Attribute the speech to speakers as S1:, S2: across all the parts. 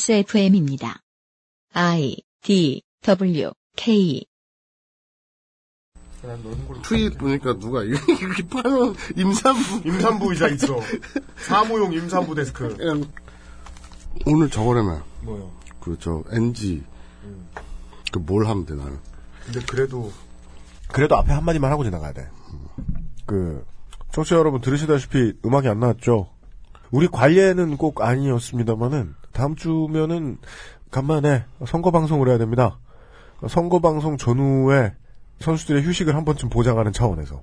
S1: XSFM입니다. I D W K
S2: 난 노는 걸로.
S3: 트윗 보니까 누가 이렇게 파는 임산부
S2: 임산부 의자 있어. 사무용 임산부 데스크.
S3: 그냥 음. 오늘 저거라면
S2: 뭐요?
S3: 그저 NG 그 뭘 하면 돼 나는
S2: 근데 그래도
S4: 그래도 앞에 한마디만 하고 지나가야 돼. 그, 청취자 여러분 들으시다시피 음악이 안 나왔죠? 우리 관례는 꼭 아니었습니다만은, 다음 주면은, 간만에 선거방송을 해야 됩니다. 선거방송 전후에 선수들의 휴식을 한 번쯤 보장하는 차원에서.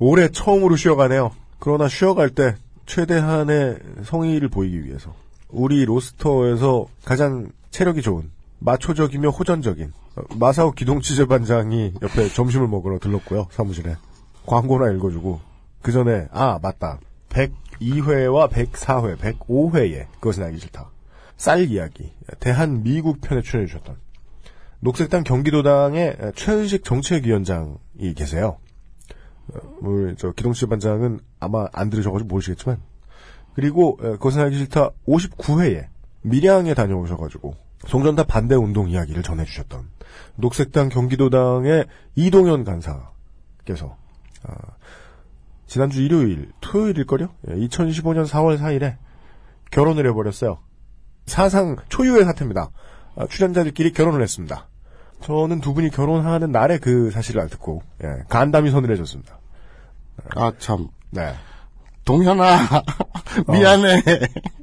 S4: 올해 처음으로 쉬어가네요. 그러나 쉬어갈 때 최대한의 성의를 보이기 위해서. 우리 로스터에서 가장 체력이 좋은, 마초적이며 호전적인, 어, 마사오 기동취재반장이 옆에 점심을 먹으러 들렀고요, 사무실에. 광고나 읽어주고, 그 전에, 아, 맞다. 102회와 104회, 105회에, 그것은 알기 싫다. 쌀 이야기, 대한미국 편에 출연해주셨던, 녹색당 경기도당의 최은식 정책위원장이 계세요. 어, 우리 저 기동씨 반장은 아마 안 들으셔가지고 모르시겠지만 그리고 에, 그것은 알기 싫다 59회에 밀양에 다녀오셔가지고 송전탑 반대 운동 이야기를 전해주셨던 녹색당 경기도당의 이동현 간사께서 아, 지난주 일요일 토요일일걸요? 예, 2015년 4월 4일에 결혼을 해버렸어요. 사상 초유의 사태입니다. 아, 출연자들끼리 결혼을 했습니다. 저는 두 분이 결혼하는 날에 그 사실을 알- 듣고 예, 간담이 서늘해졌습니다.
S3: 아 참
S4: 네.
S3: 동현아 미안해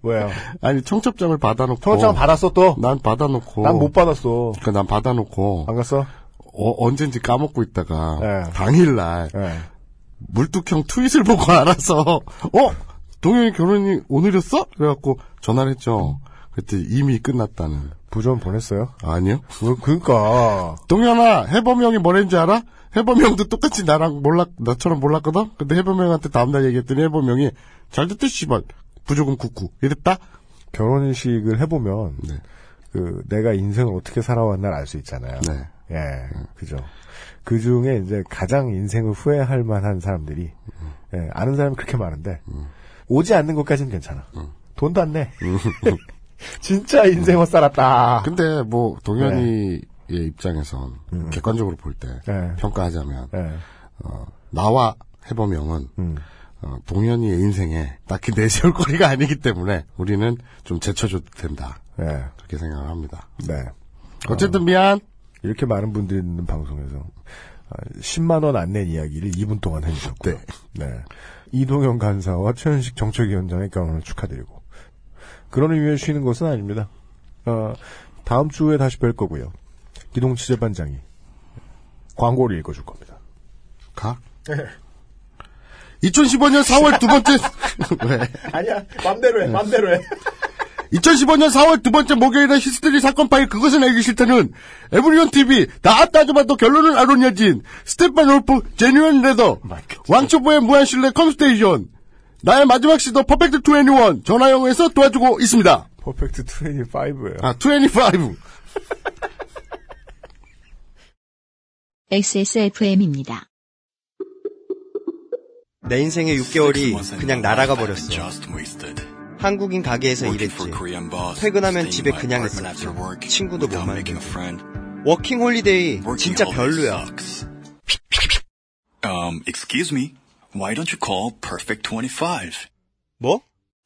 S4: 왜요?
S3: 아니 청첩장을 받아놓고
S4: 청첩장 받았어 또?
S3: 난 받아놓고
S4: 난 못 받았어.
S3: 그러니까 난 받아놓고
S4: 안 갔어?
S3: 어, 언젠지 까먹고 있다가
S4: 예.
S3: 당일날
S4: 예.
S3: 물뚝형 트윗을 보고 알아서 어 동현이 결혼이 오늘이었어? 그래갖고 전화를 했죠. 그때 이미 끝났다는
S4: 부전 보냈어요?
S3: 아니요.
S4: 그, 그니까.
S3: 동현아, 해범이 형이 뭐랬는지 알아? 해범이 형도 똑같이 나랑 몰랐, 나처럼 몰랐거든? 근데 해범이 형한테 다음날 얘기했더니 해범이 형이, 잘 됐다, 씨발. 부조금 국구. 이랬다?
S4: 결혼식을 해보면,
S3: 네.
S4: 그, 내가 인생을 어떻게 살아왔나를 알 수 있잖아요.
S3: 네.
S4: 예, 그죠. 그 중에 이제 가장 인생을 후회할 만한 사람들이, 예, 아는 사람이 그렇게 많은데, 오지 않는 것까지는 괜찮아. 돈도 안 내. 음. 진짜 인생을 살았다.
S3: 근데 뭐, 동현이의 입장에선, 객관적으로 볼 때,
S4: 네.
S3: 평가하자면,
S4: 예.
S3: 어, 나와 해범이 형은, 어, 동현이의 인생에 딱히 내세울 거리가 아니기 때문에, 우리는 좀 제쳐줘도 된다.
S4: 예.
S3: 그렇게 생각을 합니다.
S4: 네.
S3: 어쨌든 미안!
S4: 이렇게 많은 분들이 있는 방송에서 아, 10만원 안 낸 이야기를 2분 동안 해주셨고요. 네. 이동현 간사와 최현식 정책위원장의 결혼을 축하드리고 그런 의미에 쉬는 것은 아닙니다. 어, 다음 주에 다시 뵐 거고요. 기동 취재반장이 광고를 읽어줄 겁니다.
S3: 가?
S2: 네.
S3: 2015년 4월 두 번째, 왜?
S2: 아니야. 맘대로 해. 맘대로 해.
S3: 2015년 4월 두 번째 목요일에 히스테리 사건 파일 그것은 알기 싫다는 에브리온 TV 다 따져봐도 결론은 아로니아진 스테판 올프 제뉴언 레더 왕초보의 무한실내 컴스테이션 나의 마지막 시도 퍼펙트 21 전화영어에서 도와주고 있습니다
S4: 퍼펙트 25예요.
S3: 아 25.
S1: XSFM입니다.
S5: 내 인생의 6개월이 그냥 날아가 버렸어. 한국인 가게에서 일했지. 퇴근하면 집에 그냥 있었지. 친구도 못 만나고. 워킹 홀리데이 진짜 별로야.
S6: Um, excuse me. Why don't you call Perfect 25?
S5: 뭐?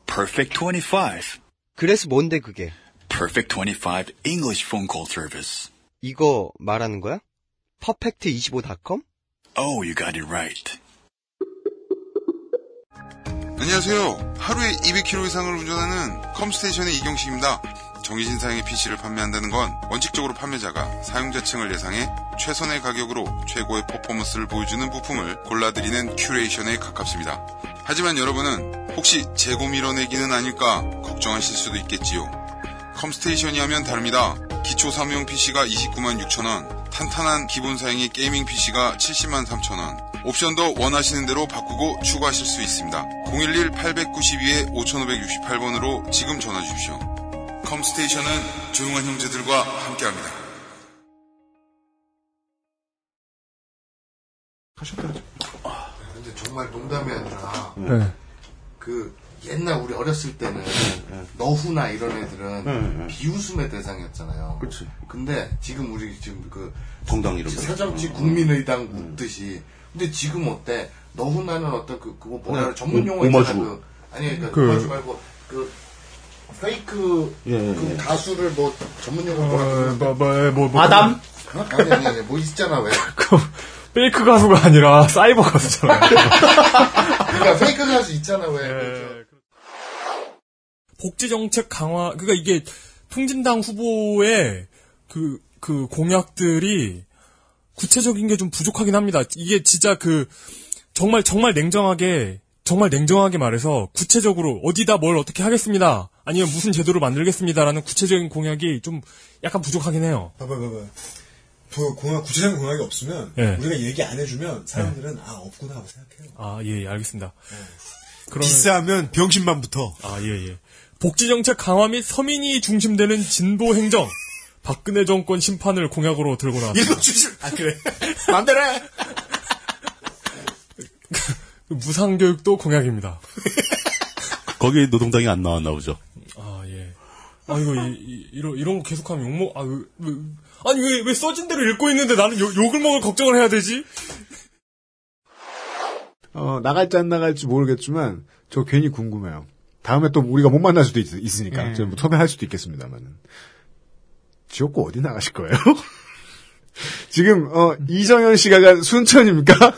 S6: Perfect 25.
S5: 그래서 뭔데 그게?
S6: Perfect 25 English phone call service.
S5: 이거 말하는 거야? 퍼펙트25.com?
S6: Oh, you got it right.
S7: 안녕하세요. 하루에 200km 이상을 운전하는 컴스테이션의 이경식입니다. 정해진 사양의 PC를 판매한다는 건 원칙적으로 판매자가 사용자층을 예상해 최선의 가격으로 최고의 퍼포먼스를 보여주는 부품을 골라드리는 큐레이션에 가깝습니다. 하지만 여러분은 혹시 재고 밀어내기는 아닐까 걱정하실 수도 있겠지요. 컴스테이션이 하면 다릅니다. 기초 사무용 PC가 29만 6천원, 탄탄한 기본 사양의 게이밍 PC가 70만 3천원, 옵션도 원하시는 대로 바꾸고 추가하실 수 있습니다. 011-892-5568번으로 지금 전화 주십시오. 컴스테이션은 조용한 형제들과 함께합니다.
S2: 네.
S3: 근데 정말 농담이 아니라 그 옛날 우리 어렸을 때는
S6: 네,
S3: 너후나 이런 애들은 비웃음의 대상이었잖아요.
S6: 그치.
S3: 근데 지금 우리 지금 그
S6: 정당 음, 이름.
S3: 새정치 국민의당 웃듯이. 근데 지금 어때? 너후나는 어떤 그 그거 뭐라 그래? 전문 용어 있잖아.
S6: 네. 오마주.
S3: 그 아니 그러니까
S8: 그-
S3: 오마주 말고 그 페이크
S6: 예, 예,
S3: 그
S6: 예.
S3: 가수를 뭐 전문 용어 뭐라
S4: 네.
S3: 그러는데
S9: 뭐뭐뭐
S10: 아담?
S3: 아니 아니 아니 뭐 있잖아 왜?
S10: 그, 페이크 가수가 아니라 사이버 가수잖아요.
S3: 그러니까 페이크 가수 있잖아 왜? 그렇죠? 그죠?
S11: 복지 정책 강화 그러니까 이게 통진당 후보의 그, 그 공약들이 구체적인 게 좀 부족하긴 합니다. 이게 진짜 그 정말 정말 냉정하게 정말 냉정하게 말해서 구체적으로 어디다 뭘 어떻게 하겠습니다. 아니면 무슨 제도를 만들겠습니다라는 구체적인 공약이 좀 약간 부족하긴 해요.
S12: 봐봐, 봐봐. 그 공약, 구체적인 공약이 없으면,
S11: 예.
S12: 우리가 얘기 안 해주면, 사람들은, 아, 없구나 하고 생각해요. 어.
S11: 아, 예, 예, 알겠습니다. 그러면
S12: 비싸면 병신만 붙어.
S11: 아, 예, 예. 복지정책 강화 및 서민이 중심되는 진보 행정. 박근혜 정권 심판을 공약으로 들고 나왔다.
S12: 주실, 아, 그래. 마음대로 해!
S11: 무상교육도 공약입니다.
S6: 거기 노동당이 안 나왔나 보죠.
S11: 아, 예. 아, 이거, 이, 이, 이런, 이런 거 계속하면 욕먹, 아, 왜, 왜, 아니, 왜, 왜 써진 대로 읽고 있는데 나는 욕, 욕을 먹을 걱정을 해야 되지?
S4: 어, 나갈지 안 나갈지 모르겠지만 저 괜히 궁금해요. 다음에 또 우리가 못 만날 수도 있, 으니까
S10: 예.
S4: 뭐 섭외할 수도 있겠습니다만은 지역구 어디 나가실 거예요? 지금 어, 이정현 씨가 간 순천입니까?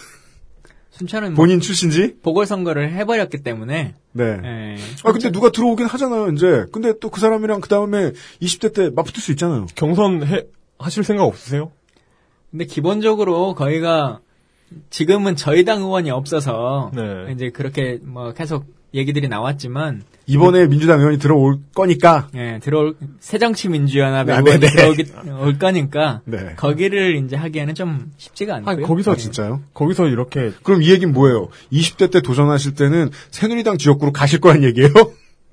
S13: 순천은 뭐
S4: 본인 출신지?
S13: 보궐선거를 해버렸기 때문에
S4: 네.
S13: 예.
S4: 아 근데 누가 들어오긴 하잖아요 이제. 근데 또 그 사람이랑 그 다음에 20대 때 맞붙을 수 있잖아요.
S10: 경선 해, 하실 생각 없으세요?
S13: 근데 기본적으로 거기가 지금은 저희 당 의원이 없어서
S10: 네.
S13: 이제 그렇게 뭐 계속 얘기들이 나왔지만
S4: 이번에 민주당 의원이 들어올 거니까.
S13: 예, 들어올 새정치민주연합에
S4: 아,
S13: 의원이
S4: 네네.
S13: 들어오기 올 거니까
S4: 네.
S13: 거기를 이제 하기에는 좀 쉽지가 않고요.
S4: 아,
S13: 예.
S4: 진짜요?
S10: 거기서 이렇게
S4: 그럼 이 얘기는 뭐예요? 20대 때 도전하실 때는 새누리당 지역구로 가실 거란 얘기예요?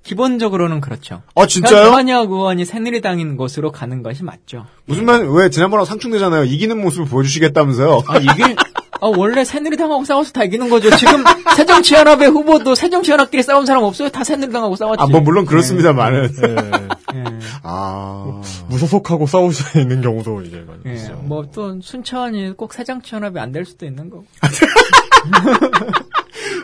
S13: 기본적으로는 그렇죠.
S4: 아 진짜요?
S13: 현역 의원이 새누리당인 곳으로 가는 것이 맞죠.
S4: 무슨 말, 왜 지난번하고 상충되잖아요. 이기는 모습을 보여주시겠다면서요.
S13: 아 이게 아, 원래 새누리당하고 싸워서 다 이기는 거죠. 지금 새정치연합의 후보도 새정치연합끼리 싸운 사람 없어요. 다 새누리당하고 싸웠지.
S4: 아, 예, 뭐, 물론 그렇습니다만은.
S13: 예.
S4: 아.
S10: 무소속하고 싸우셔야 있는 경우도 이제 많이
S13: 예,
S4: 그렇죠.
S10: 있어요.
S13: 뭐 또 순천이 꼭 새정치연합이 안 될 수도 있는 거고.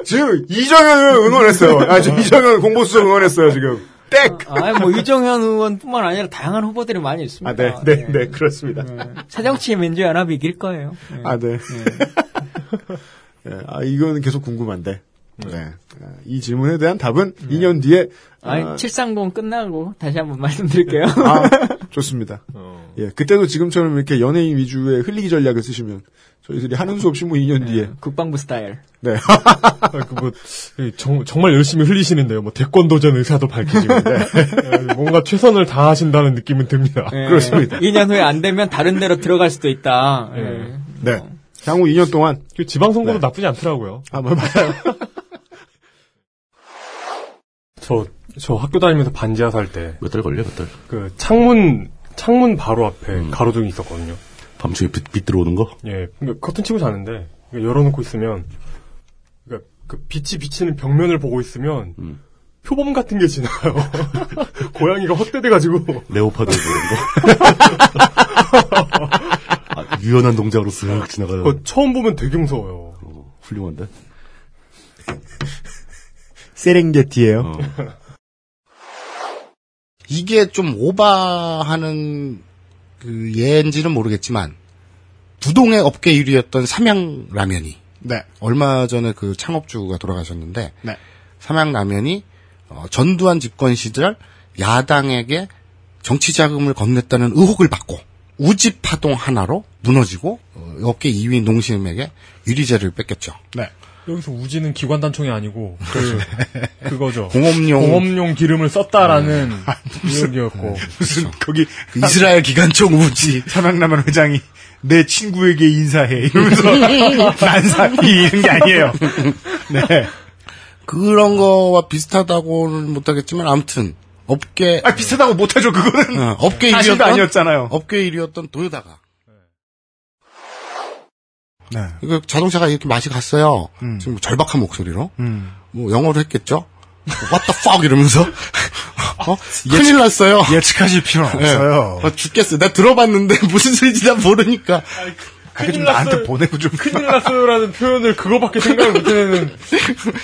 S4: 지금 이정현을 예. 응원했어요. 아, 지금 이정현 공보수 응원했어요, 지금. 땡!
S13: 아, 뭐 이정현 의원뿐만 아니라 다양한 후보들이 많이 있습니다. 예.
S4: 아, 네, 네, 네, 그렇습니다.
S13: 새정치민주연합이 이길 거예요. 예.
S4: 아, 네. 예, 아, 이거는 계속 궁금한데. 네. 아, 이 질문에 대한 답은 2년 뒤에. 아,
S13: 아니, 730 끝나고 다시 한번 말씀드릴게요.
S4: 아, 좋습니다. 예, 그때도 지금처럼 이렇게 연예인 위주의 흘리기 전략을 쓰시면 저희들이 하는 수 없이 뭐 2년 뒤에.
S13: 국방부 스타일.
S4: 네.
S10: 아, 그 뭐, 이 정, 정말 열심히 흘리시는데요. 뭐, 대권 도전 의사도 밝히시고. 예, 뭔가 최선을 다하신다는 느낌은 듭니다.
S13: 예.
S4: 그렇습니다.
S13: 2년 후에 안 되면 다른 데로 들어갈 수도 있다. 예.
S4: 네. 향후 2년 동안.
S10: 그 지방선거도 나쁘지 않더라고요.
S4: 아, 뭐, 맞아요.
S10: 저, 저 학교 다니면서 반지하 살 때,
S6: 몇 달 걸려, 몇 달.
S10: 그 창문, 창문 바로 앞에 가로등이 있었거든요.
S6: 밤중에 빛, 빛 들어오는 거?
S10: 음. 예, 그러니까 커튼 치고 자는데, 이거 열어놓고 있으면, 그러니까 그 빛이 비치는 벽면을 보고 있으면,
S6: 음.
S10: 표범 같은 게 지나요. 고양이가 헛되돼가지고.
S6: 레오파드 그런 거? 아, 유연한 동작으로 쓱 지나가는.
S10: 그거 처음 보면 되게 무서워요.
S6: 어, 훌륭한데?
S4: 세렝게티예요
S6: 어.
S3: 이게 좀 오바하는 그 예인지는 모르겠지만 부동의 업계 1위였던 삼양라면이
S4: 네.
S3: 얼마 전에 그 창업주가 돌아가셨는데
S4: 네.
S3: 삼양라면이 어, 전두환 집권 시절 야당에게 정치 자금을 건넸다는 의혹을 받고 우집 파동 하나로 무너지고 어, 업계 2위 농심에게 유리제를 뺏겼죠.
S4: 네.
S11: 여기서 우지는 기관 단총이 아니고 그 그거죠.
S3: 공업용-
S11: 공업용 기름을 썼다라는 의혹이었고
S4: 무슨 거기
S3: 그 이스라엘 기관총 우지
S4: 삼양라면 회장이 내 친구에게 인사해 이러면서 난사 이런 게 아니에요. 네.
S3: 그런 거와 비슷하다고는 못하겠지만 아무튼 업계
S4: 아 비슷하다고 못하죠 그거는.
S3: 어, 업계
S4: 사실도
S3: 1위였던
S4: 아니었잖아요.
S3: 업계 1위였던 도요다가
S8: 네.
S3: 이거 자동차가 이렇게 맛이 갔어요.
S4: 음.
S3: 지금 절박한 목소리로
S4: 음.
S3: 뭐 영어로 했겠죠. What the fuck 이러면서 어? 큰일 났어요. 예측하실
S4: 네.
S3: 필요는
S14: 없어요.
S3: 네. 아, 죽겠어요. 나 들어봤는데 무슨 소리인지 나 모르니까. 아,
S14: 그게 좀 나한테 보내고 좀.
S11: 큰일 났어요라는 표현을 그거밖에 생각을 못해내는.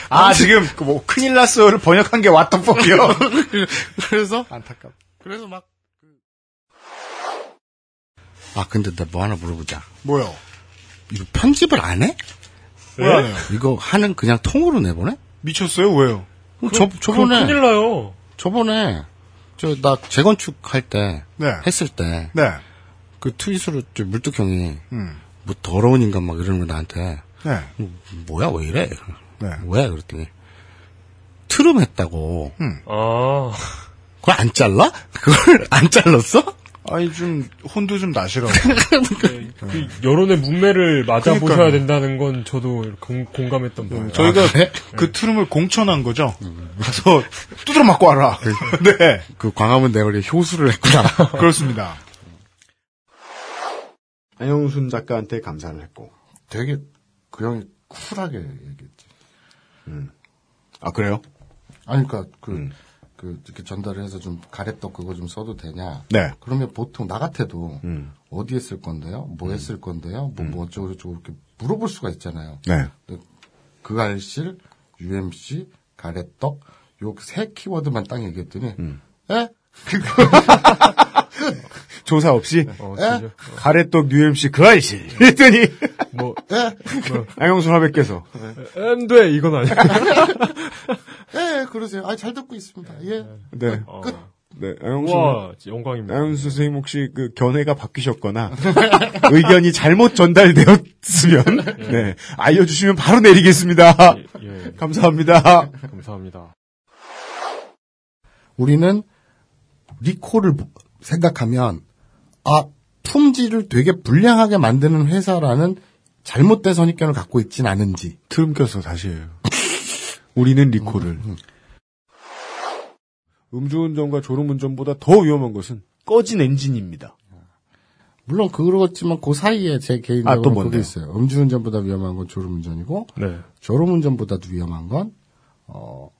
S14: 아, 지금, 그 뭐, 큰일 났어요를 번역한 게 왓더폭이요.
S3: 그래서
S14: 안타깝.
S3: 그래서 막. 아 근데 나 뭐 하나 물어보자.
S14: 뭐요?
S3: 이거 편집을 안 해?
S14: 왜? 안 해요?
S3: 이거 하는 그냥 통으로 내보내?
S14: 미쳤어요? 왜요?
S3: 그럼 저, 저번에
S11: 큰일 나요.
S3: 저번에 저 나 재건축 할 때
S14: 네.
S3: 했을 때
S14: 네.
S3: 그 트윗으로 저 물뚝 형이
S14: 음.
S3: 뭐 더러운 인간 막 이러는 거 나한테
S14: 네.
S3: 뭐, 뭐야 왜 이래?
S14: 네.
S3: 왜 그랬더니 트름 했다고.
S14: 음.
S11: 아.
S3: 그걸 안 잘라? 그걸 안 잘랐어?
S14: 아니, 좀, 혼도 좀 나시라고.
S11: 그 여론의 문맥을 맞아보셔야
S14: 그러니까요.
S11: 된다는 건 저도 공, 감했던 바예요.
S14: 저희가 그 트름을 공천한 거죠. 가서 두드려 맞고 와라. 네.
S3: 그 광화문 내거리에 효수를 했구나.
S14: 그렇습니다.
S15: 안영순 작가한테 감사를 했고.
S4: 되게 그 형이 쿨하게 얘기했지.
S15: 아 그래요? 음.
S3: 아니 그러니까 그, 그 이렇게 전달을 해서 좀 가래떡 그거 좀 써도 되냐?
S15: 네. 음.
S3: 그러면 보통 나 같아도 어디에 쓸 건데요? 뭐에 쓸 건데요? 뭐, 뭐 어쩌고 저쩌고 이렇게 물어볼 수가 있잖아요.
S15: 네.
S3: 그 알실, UMC, 가래떡 요 세 키워드만 딱 얘기했더니
S15: 음.
S3: 에?
S15: 조사 없이
S3: 에?
S15: 가래떡 UMC 그 아이씨 이랬더니
S11: 뭐
S15: 안영순 화백께서
S11: 안돼 아, 이건 아니야.
S3: 예, 예, 그러세요. 아, 잘 듣고 있습니다. 예.
S15: 네.
S3: 끝.
S15: 네, 안영순
S11: 와 영광입니다.
S15: 안영순 선생님 혹시 그 견해가 바뀌셨거나 의견이 잘못 전달되었으면 네, 알려주시면 바로 내리겠습니다.
S11: 예.
S15: 감사합니다.
S11: 감사합니다.
S3: 우리는 리콜을 보- 생각하면 아 품질을 되게 불량하게 만드는 회사라는 잘못된 선입견을 갖고 있진 않은지
S15: 트름 껴서 다시 해요. 우리는
S3: 음,
S15: 리콜을. 음주운전과 졸음운전보다 더 위험한 것은 꺼진 엔진입니다.
S3: 물론 그렇지만 그 사이에 제
S15: 아, 또
S3: 개인적으로
S15: 뭔데요?
S3: 그게 있어요 음주운전보다 위험한 건 졸음운전이고
S11: 네.
S3: 졸음운전보다도 위험한 건 어,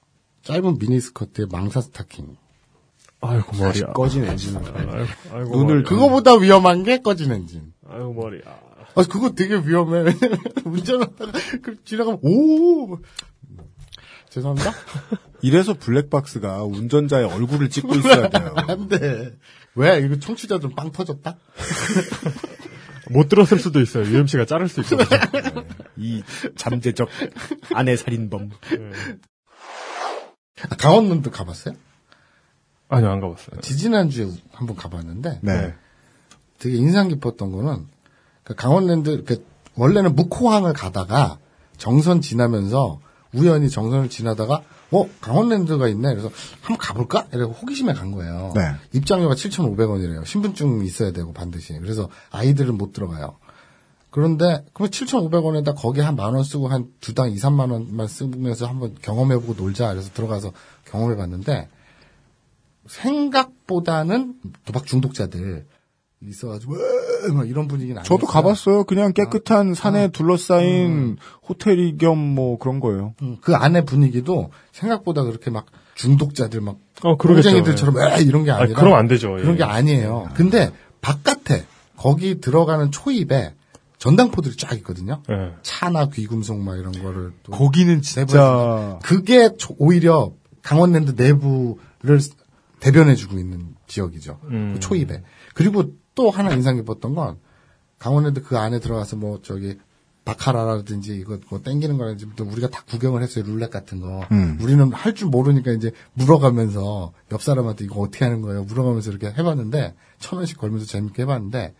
S3: 짧은 미니스커트에 망사 스타킹
S11: 아이고
S15: 다시
S11: 머리야.
S15: 꺼진 엔진을.
S11: 아이고, 아이고
S15: 눈을
S11: 머리야.
S3: 그거보다 위험한 게 꺼진 엔진
S11: 아이고 머리야.
S3: 아 그거 되게 위험해 왜냐면 운전하다가 그 지나가면 오 죄송합니다
S15: 이래서 블랙박스가 운전자의 얼굴을 찍고 있어야 돼요.
S3: 안돼 왜 이거 청취자들 빵 터졌다
S11: 못 들었을 수도 있어요. UMC가 자를 수 있거든요.
S15: 이 잠재적 아내 살인범.
S11: 네.
S3: 아, 강원도도 가봤어요?
S11: 아니요 안 가봤어요.
S3: 그 지지난주에 한번 가봤는데
S15: 네.
S3: 되게 인상 깊었던 거는 그 강원랜드 그 원래는 무코항을 가다가 정선 지나면서 우연히 정선을 지나다가 어 강원랜드가 있네 그래서 한번 가볼까? 이래고 호기심에 간 거예요.
S15: 네.
S3: 입장료가 7,500원이래요. 신분증 있어야 되고 반드시. 그래서 아이들은 못 들어가요. 그런데 그럼 7,500원에다 거기 한 만 원 쓰고 한 두 당 2, 3만 원만 쓰면서 한번 경험해보고 놀자 그래서 들어가서 경험해봤는데 생각보다는 도박 중독자들 있어가지고 "으아!" 막 이런 분위기는
S15: 저도
S16: 그러니까.
S3: 아니었어요.
S15: 가봤어요. 그냥 깨끗한
S16: 아.
S15: 산에 둘러싸인
S16: 음.
S15: 호텔이 겸 뭐 그런 거예요.
S3: 음, 그 안의 분위기도 생각보다 그렇게 막 중독자들 막
S11: 어 그러겠죠.
S3: 꼬쟁이들처럼 "으아!" 이런 게
S11: 아,
S3: 아니라
S11: 그럼 안 되죠. 예.
S3: 그런 게 아니에요. 근데 바깥에 거기 들어가는 초입에 전당포들이 쫙 있거든요.
S11: 예.
S3: 차나 귀금속 막 이런 거를 또
S15: 거기는 진짜
S3: 그게 조- 오히려 강원랜드 내부를 대변해주고 있는 지역이죠.
S11: 음.
S3: 그 초입에. 그리고 또 하나 인상 깊었던 건 강원랜드 그 안에 들어가서 뭐 저기 바카라라든지 이거 뭐 땡기는 거라든지 또 우리가 다 구경을 했어요. 룰렛 같은 거.
S15: 음.
S3: 우리는 할 줄 모르니까 이제 물어가면서 옆 사람한테 이거 어떻게 하는 거예요? 물어가면서 이렇게 해봤는데 천 원씩 걸면서 재밌게 해봤는데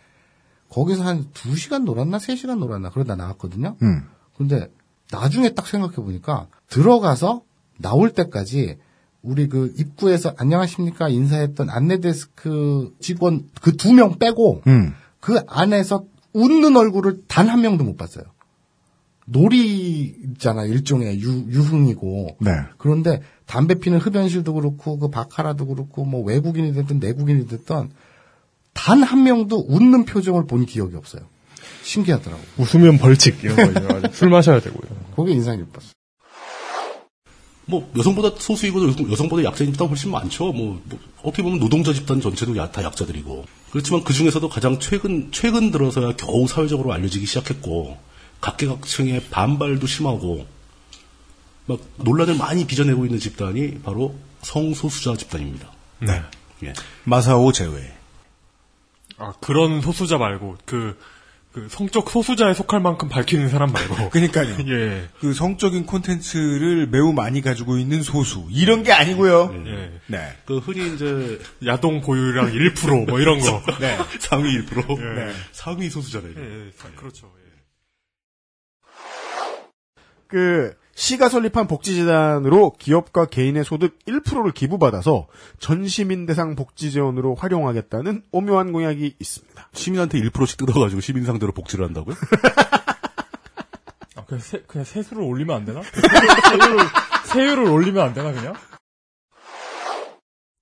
S3: 거기서 한 두 시간 놀았나 세 시간 놀았나 그러다 나왔거든요.
S15: 음.
S3: 근데 나중에 딱 생각해 보니까 들어가서 나올 때까지 우리 그 입구에서 안녕하십니까 인사했던 안내데스크 직원 그 두 명 빼고
S15: 음.
S3: 그 안에서 웃는 얼굴을 단 한 명도 못 봤어요. 놀이잖아 일종의 유, 유흥이고
S15: 네.
S3: 그런데 담배 피는 흡연실도 그렇고 그 바카라도 그렇고 뭐 외국인이 됐든 내국인이 됐든 단 한 명도 웃는 표정을 본 기억이 없어요. 신기하더라고.
S11: 웃으면 벌칙 이런 거 있어요. 술 마셔야 되고요.
S3: 그게 인상 깊었어.
S6: 뭐 여성보다 소수이고 여- 여성보다 약자인 집단 훨씬 많죠. 뭐, 뭐 어떻게 보면 노동자 집단 전체도 야- 다 약자들이고 그렇지만 그 중에서도 가장 최근 최근 들어서야 겨우 사회적으로 알려지기 시작했고 각계각층의 반발도 심하고 막 논란을 많이 빚어내고 있는 집단이 바로 성소수자 집단입니다.
S17: 네.
S6: 예.
S17: 마사오 제외.
S11: 아, 그런 소수자 말고, 그, 그 성적 소수자에 속할 만큼 밝히는 사람 말고.
S16: 네.
S17: 그러니까요.
S11: 예.
S17: 그 성적인 콘텐츠를 매우 많이 가지고 있는 소수 이런 게 아니고요.
S11: 예.
S17: 네.
S6: 그 흔히 이제
S11: 야동 보유량 1%뭐 이런 거.
S17: 네.
S6: 상위 1%.
S11: 네.
S6: 상위 소수자네.
S11: 예, 예, 사- 그렇죠. 예.
S18: 그 시가 설립한 복지재단으로 기업과 개인의 소득 1%를 기부받아서 전시민 대상 복지재원으로 활용하겠다는 오묘한 공약이 있습니다.
S6: 시민한테 1%씩 뜯어가지고 시민 상대로 복지를 한다고요?
S16: 아, 그냥, 세, 그냥 세수를 올리면 안 되나? 세율을, 세율을 올리면 안 되나, 그냥?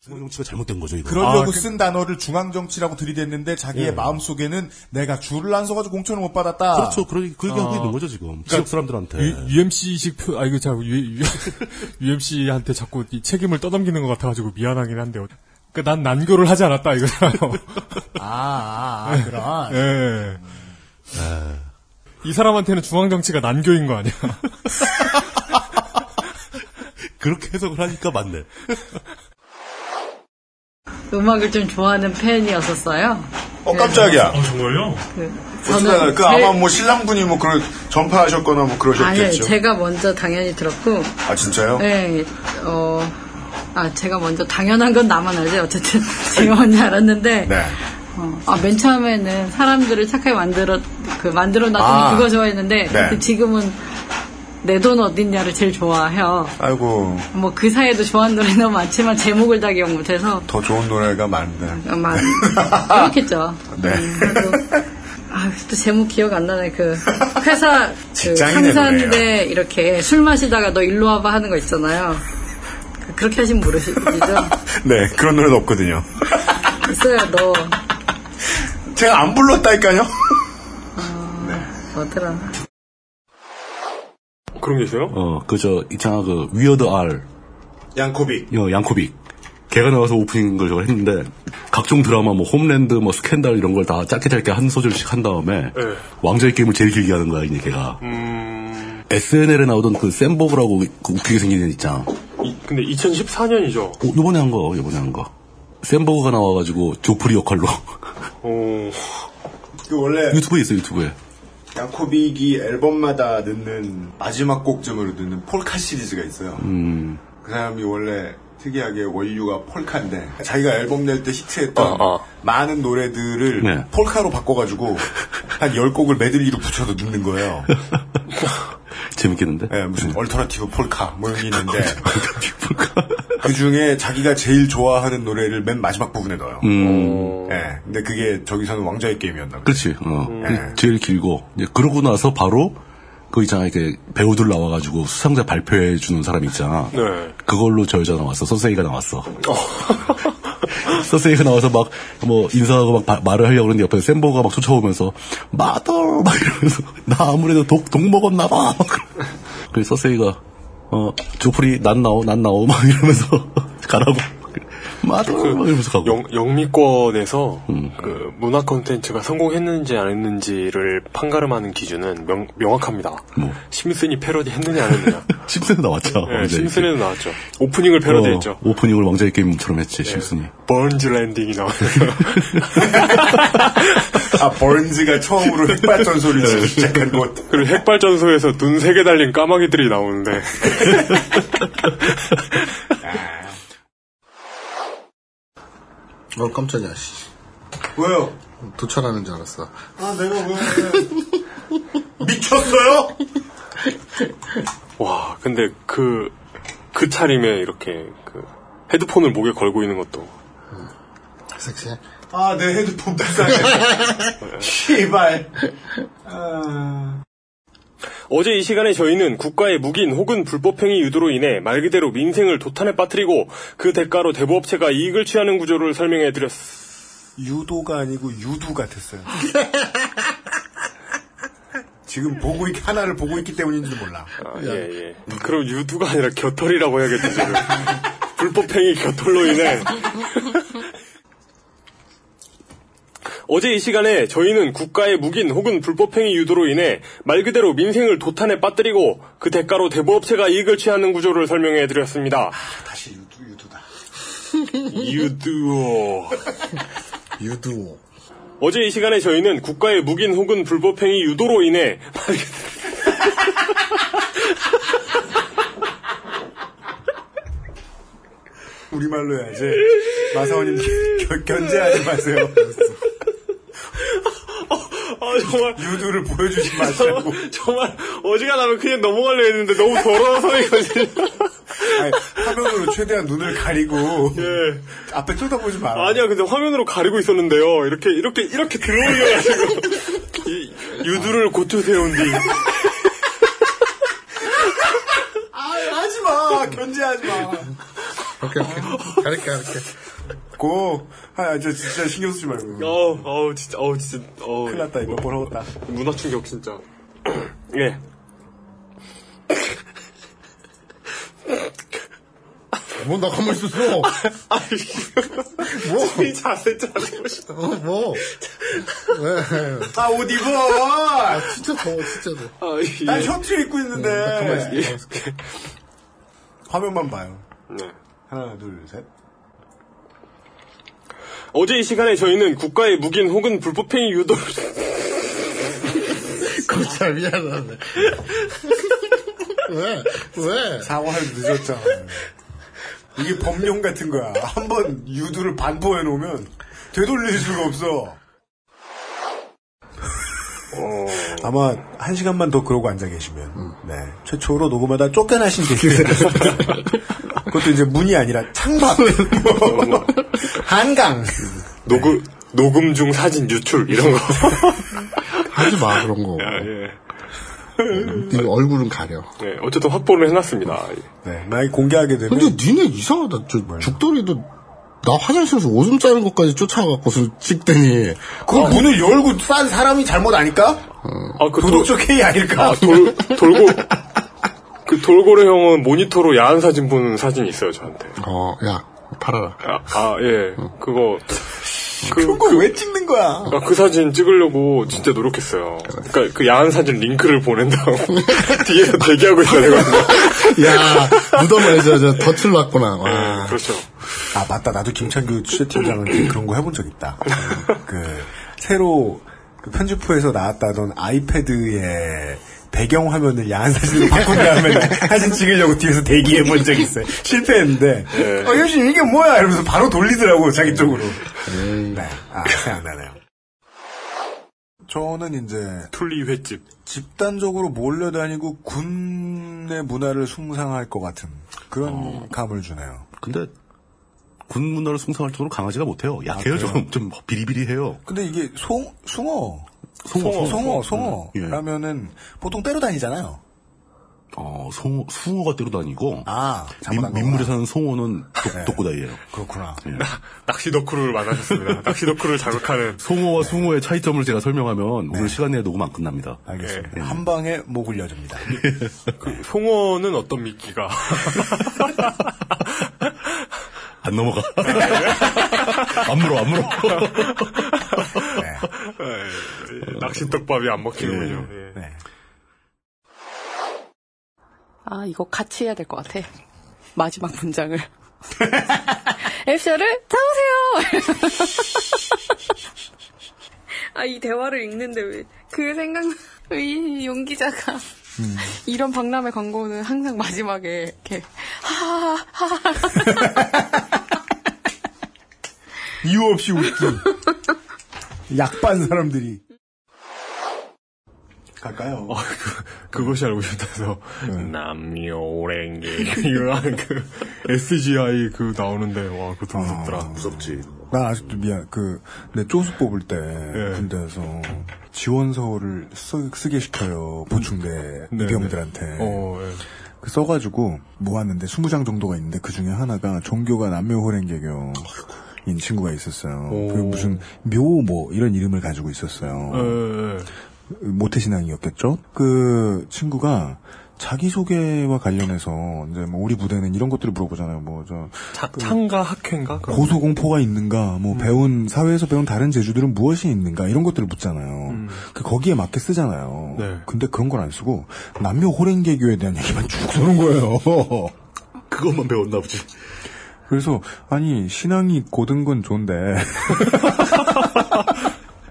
S6: 정치가 잘못된 거죠, 이거.
S17: 그러려고
S6: 아, 그-
S17: 쓴 단어를 중앙정치라고 들이댔는데 자기의
S6: 예.
S17: 마음속에는 내가 줄을 안 서가지고 공천을 못 받았다.
S6: 그렇죠. 그러, 그 얘기 하고
S16: 아.
S6: 있는 거죠, 지금.
S16: 그러니까
S6: 지역 사람들한테.
S3: 네.
S16: 유, UMC식 표, 아, 이거 자꾸 유, 유, UMC한테 자꾸 이 책임을 떠넘기는 것 같아가지고 미안하긴 한데. 요 그니까 난 난교를 하지 않았다, 이거잖아요.
S3: 아, 음.
S16: 예. 예. 이 사람한테는 중앙정치가 난교인 거 아니야?
S6: 그렇게 해석을 하니까 맞네.
S13: 음악을 좀 좋아하는 팬이었었어요.
S4: 어 깜짝이야.
S11: 아, 정말요?
S13: 그,
S4: 어쩌다가 그
S13: 제일-
S4: 아마 뭐 신랑분이 뭐 그런 전파하셨거나 뭐 그러셨겠죠.
S13: 아니요, 제가 먼저 당연히 들었고.
S4: 아, 진짜요?
S13: 네, 어, 아, 제가 먼저 당연한 건 나만 알지. 어쨌든 제가 먼저 알았는데.
S4: 네.
S13: 어, 아, 맨 처음에는 사람들을 착하게 만들어, 그, 만들어 놨더니
S4: 아.
S13: 그거 좋아했는데.
S4: 네.
S13: 근데 지금은 내 돈 어딨냐를 제일 좋아해요.
S4: 아이고
S13: 뭐 그 사이에도 좋아하는 노래 너무 많지만 제목을 다 기억 못해서.
S4: 더 좋은 노래가 많네.
S13: 아마 그렇겠죠.
S4: 네.
S13: 음. 아, 또 제목 기억 안 나네. 그 회사 그
S4: 직장인의
S13: 상사인데 이렇게 술 마시다가 너 일로 와봐 하는 거 있잖아요. 그- 그렇게 하시면 모르시죠?
S4: 네 그런 노래는 없거든요.
S13: 있어요, 너
S4: 제가 안 불렀다니까요.
S19: 아,
S13: 뭐더라?
S11: 그런 게 있어요?
S6: 어, 그저 있잖아 그 위어드 알.
S4: 양코빅.
S6: 어, 양코빅. 걔가 나와서 오프닝을 저걸 했는데 각종 드라마 뭐 홈랜드 뭐 스캔들 이런 걸 다 짧게 짧게 한 소절씩 한 다음에
S11: 예.
S6: 왕자의 게임을 제일 길게 하는 거야, 이 걔가.
S11: 음.
S6: SNL에 나오던 그 샘버그라고 그 웃기게 생긴 애 있잖아.
S11: 이- 근데 2014년이죠.
S6: 어, 요번에 한 거, 요번에 한 거. 샘버그가 나와가지고 조프리 역할로
S11: 어.
S4: 그 원래
S6: 유튜브에 있어 유튜브에.
S4: 양코빅이 앨범마다 넣는 마지막 곡점으로 넣는 폴카 시리즈가 있어요.
S6: 음.
S4: 그 사람이 원래 특이하게 원류가 폴카인데 자기가 앨범 낼 때 히트했던 많은 노래들을
S6: 어, 네.
S4: 폴카로 바꿔가지고 한 10곡을 메들리로 붙여서 넣는 거예요.
S6: 재밌겠는데?
S4: 예, 무슨 얼터너티브 폴카 뭐 이런 게 있는데 그 중에 자기가 제일 좋아하는 노래를 맨 마지막 부분에 넣어요.
S6: 음.
S4: 예, 근데 그게 저기서는 왕자의 게임이었나 봐요.
S6: 그렇지. 어.
S4: 음. 네.
S6: 그 제일 길고. 이제 그러고 나서 바로 그 있잖아 이렇게 배우들 나와가지고 수상자 발표해 주는 사람 있잖아.
S11: 네.
S6: 그걸로 저 여자 나왔어. 서세이가 나왔어. 서세이가 나와서 막 뭐 인사하고 막 바- 말을 하려고 그러는데 옆에 샘버가 막 쫓아오면서 마더 막 이러면서 나 아무래도 독, 독 먹었나 봐. 막 그래. 그래서 서세이가 어 조프리 난 나오 난 나오 막 이러면서 가라고. 마더 막 이러면서 가고. 음.
S11: 영, 영미권에서 그 문화 콘텐츠가 성공했는지 안 했는지를 판가름하는 기준은 명, 명확합니다. 심슨이 패러디 했느냐 안 했느냐.
S6: 뭐? 심슨에 나왔죠.
S11: 네,
S6: 이제.
S11: 심슨에도 나왔죠. 오프닝을 패러디했죠. 네.
S6: 어, 오프닝을 왕자의 게임처럼 했지, 심슨이.
S11: 번즈 랜딩이 나왔어요.
S4: 아, 번즈가 처음으로 핵발전 소리를
S6: 네.
S4: 지기 시작한 것.
S11: 그리고 핵발전소에서 눈 세 개 달린 까마귀들이 나오는데.
S4: 뭘 깜짝이야, 씨. 왜요?
S3: 도착하는 줄 알았어.
S4: 아, 내가 왜. 미쳤어요?
S11: 와, 근데 그, 그 차림에 이렇게 그 헤드폰을 목에 걸고 있는 것도.
S3: 섹시해.
S4: 아, 내 헤드폰 불쌍해. 씨발. 아...
S11: 어제 이 시간에 저희는 국가의 무긴 혹은 불법행위 유도로 인해 말 그대로 민생을 도탄에 빠뜨리고 그 대가로 대부업체가 이익을 취하는 구조를 설명해 드렸습
S4: 유도가 아니고 유두 같았어요. 지금 보고 있, 하나를 보고 있기 때문인지도 몰라.
S11: 예, 예. 그럼 유두가 아니라 겨털이라고 해야겠지, 지금. 불법행위 겨털로 인해. 어제 이 시간에 저희는 국가의 무긴 혹은 불법행위 유도로 인해 말 그대로 민생을 도탄에 빠뜨리고 그 대가로 대부업체가 이익을 취하는 구조를 설명해 드렸습니다.
S4: 아, 다시 유두, 유두다.
S11: 유두오.
S20: 유두.
S11: 어제 이 시간에 저희는 국가의 무긴 혹은 불법행위 유도로 인해 말 그대로
S4: 우리말로 해야지. 마사오님 견- 견제하지 마세요.
S11: 아, 정말.
S4: 유두를 보여주지 마시고.
S11: 정말, 어지간하면 그냥 넘어가려 했는데 너무 더러워서 이거지.
S4: 아니, 화면으로 최대한 눈을 가리고. 앞에 쳐다보지 마.
S11: 예. 아니야, 근데 화면으로 가리고 있었는데요. 이렇게, 이렇게, 이렇게 들어올려가지고. 이 유두를 고쳐 세운 뒤.
S4: 아, 하지 마. 견제하지 마.
S20: 오케이, 오케이. 가릴게, 가릴게.
S4: 고. 아, 저 진짜 신경 쓰지 말고.
S11: 어우, 어우, 진짜, 어우, 진짜, 어우.
S4: 큰일 났다, 이거 벌어졌다.
S11: 문화 충격, 진짜. 예.
S20: 뭐, 나 가만히 있었어. 뭐?
S11: 자세 자르고 싶다.
S20: 어, 뭐? 왜?
S4: 아, 옷 입어!
S20: 아, 진짜 더워, 진짜 더워.
S11: 아, 이-
S4: 난 셔츠 입고 있는데.
S20: 음, 나 가만히 있을게, 가만히
S4: 화면만 봐요.
S11: 네.
S4: 하나, 둘, 셋.
S11: 어제 이 시간에 저희는 국가의 무긴 혹은 불법행위 유도를.
S20: 진짜 미안하네. 왜? 왜?
S4: 사과할 늦었잖아. 이게 법령 같은 거야. 한 번 유두를 반포해 놓으면 되돌릴 수가 없어. 어. 아마 한 시간만 더 그러고 앉아 계시면 네 최초로 녹음하다 쫓겨나신 게있어요 그것도 이제 문이 아니라 창밖
S20: 한강
S11: 녹음, 녹음 중 사진 유출, 이런 거.
S20: 하지 마 그런 거.
S11: 아, 예.
S20: 네 얼굴은 가려.
S11: 네, 어쨌든 확보를 해놨습니다. 아,
S4: 네, 만약 공개하게 되면.
S20: 근데 니네 이상하다. 저 죽돌이도 나 화장실에서 오줌 싸는 것까지 쫓아가갖고서 찍더니
S4: 그 문을 열고 싼 사람이 잘못 아닐까?
S11: 아, 그
S4: 도덕적 회의 아닐까?
S11: 아, 돌, 돌고, 그 돌고래 형은 모니터로 야한 사진 보는 사진이 있어요, 저한테.
S20: 어, 야, 팔아라.
S11: 아, 아, 예. 그거. 그,
S4: 그걸 왜 찍는 거야?
S11: 아, 그 사진 찍으려고 진짜 노력했어요. 그니까 그 야한 사진 링크를 보낸 다음 뒤에서 대기하고 있어야 되거든요.
S20: 야, 무덤에 저, 저 덫을 놨구나. 와.
S11: 그렇죠.
S4: 아 맞다 나도 김창규 취재팀장한테 그런 거 해본 적 있다. 그 새로 그 편집부에서 나왔다던 아이패드의 배경 화면을 야한 사진으로 바꾼 다음에 사진 찍으려고 뒤에서 대기해 본 적 있어요. 실패했는데
S20: 예.
S4: 어 요즘 이게 뭐야 이러면서 바로 돌리더라고 자기 쪽으로. 네. 아 생각나네요. 저는 이제
S11: 툴리 횟집
S4: 집단적으로 몰려다니고 군의 문화를 숭상할 것 같은 그런 감을 주네요.
S6: 근데 군 문화를 숭상할 정도로 강하지가 못해요. 약해요,
S4: 아, 그래요?
S6: 좀. 좀 비리비리해요.
S4: 근데 이게 송, 숭어.
S6: 송어,
S4: 송어, 송어,
S6: 송어.
S4: 송어.
S6: 예.
S4: 라면은 보통 때로 다니잖아요.
S6: 어, 송, 숭어가 때로 다니고.
S4: 아,
S6: 민,
S4: 잘못한
S6: 민물에 사는 송어는 독, 독고다이에요. 예.
S4: 그렇구나.
S11: 아, 네. 낚시 덕후를 만나셨습니다. 낚시 덕후를 자극하는. 네.
S6: 송어와 숭어의 차이점을 제가 설명하면 오늘 시간 내에 녹음 안 끝납니다.
S4: 알겠습니다.
S6: 예.
S4: 한 방에 목을 여줍니다.
S11: 그 송어는 어떤 미끼가?
S6: 안 넘어가. 안 물어, 안 물어.
S11: 예, 낚시 떡밥이 안 먹히는군요. 예.
S4: 네.
S19: 아, 이거 같이 해야 될 것 같아. 마지막 문장을. 앱샤를 잡으세요! 아, 이 대화를 읽는데 왜, 그 생각, 이 용기자가.
S4: 음.
S19: 이런 박람회 광고는 항상 마지막에 이렇게 하하하하
S4: 이유 없이 웃기. 약반 사람들이. 갈까요?
S11: 어, 그것이 알고 싶다서 남녀오랭이 이거 하는 그 SGI 그 나오는데 와 그것도 무섭더라 무섭지
S4: 난 아직도 미안, 그, 내 쪼수 뽑을 때,
S6: 예.
S4: 군대에서 지원서를 쓰, 쓰게 시켜요. 보충대
S11: 네,
S4: 이병들한테.
S11: 어,
S4: 그 써가지고 모았는데 20장 정도가 있는데 그 중에 하나가 종교가 남묘호랭개교. 아,
S11: 네.
S4: 인 친구가 있었어요. 그 무슨 묘 뭐 이런 이름을 가지고 있었어요. 모태신앙이었겠죠? 그 친구가 자기소개와 관련해서 이제 뭐 우리 부대는 이런 것들을 물어보잖아요. 뭐저
S21: 자,
S11: 그
S21: 창가 학회인가?
S6: 그러니까.
S4: 고소공포가 있는가,
S6: 음.
S4: 뭐 배운 사회에서 배운 다른 재주들은 무엇이 있는가 이런 것들을 묻잖아요.
S6: 음.
S4: 그 거기에 맞게 쓰잖아요.
S6: 네.
S4: 근데 그런 건 안 쓰고 남녀 호랭개교에 대한 얘기만 쭉 쓰는 거예요.
S6: 그것만 배웠나 보지.
S4: 그래서 아니 신앙이 고든 건 좋은데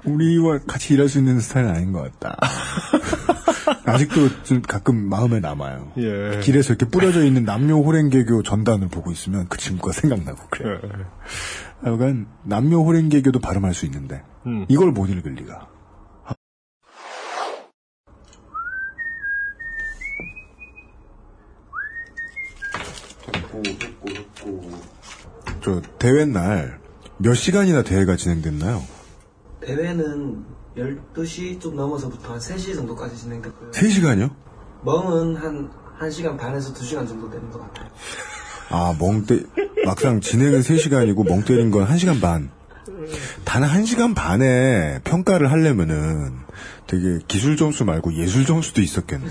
S4: 우리와 같이 일할 수 있는 스타일은 아닌 것 같다. 아직도 좀 가끔 마음에 남아요.
S11: 네.
S6: 예.
S4: 길에서 이렇게 뿌려져 있는 남녀 호랭개교 전단을 보고 있으면 그 친구가 생각나고 그래요. 하여간 남녀 호랭개교도 발음할 수 있는데
S6: 음.
S4: 이걸 못 읽을 리가. 저 대회 날 몇 시간이나 대회가 진행됐나요?
S22: 대회는 12시 좀 넘어서부터 한 3시 정도까지 진행됐고요.
S4: 3시간이요?
S22: 멍은 한 1시간 반에서 2시간 정도 되는 것 같아요.
S4: 아, 멍 때, 막상 진행은 3시간이고 멍 때린 건 1시간 반. 단 1시간 반에 평가를 하려면은 되게 기술 점수 말고 예술 점수도 있었겠네.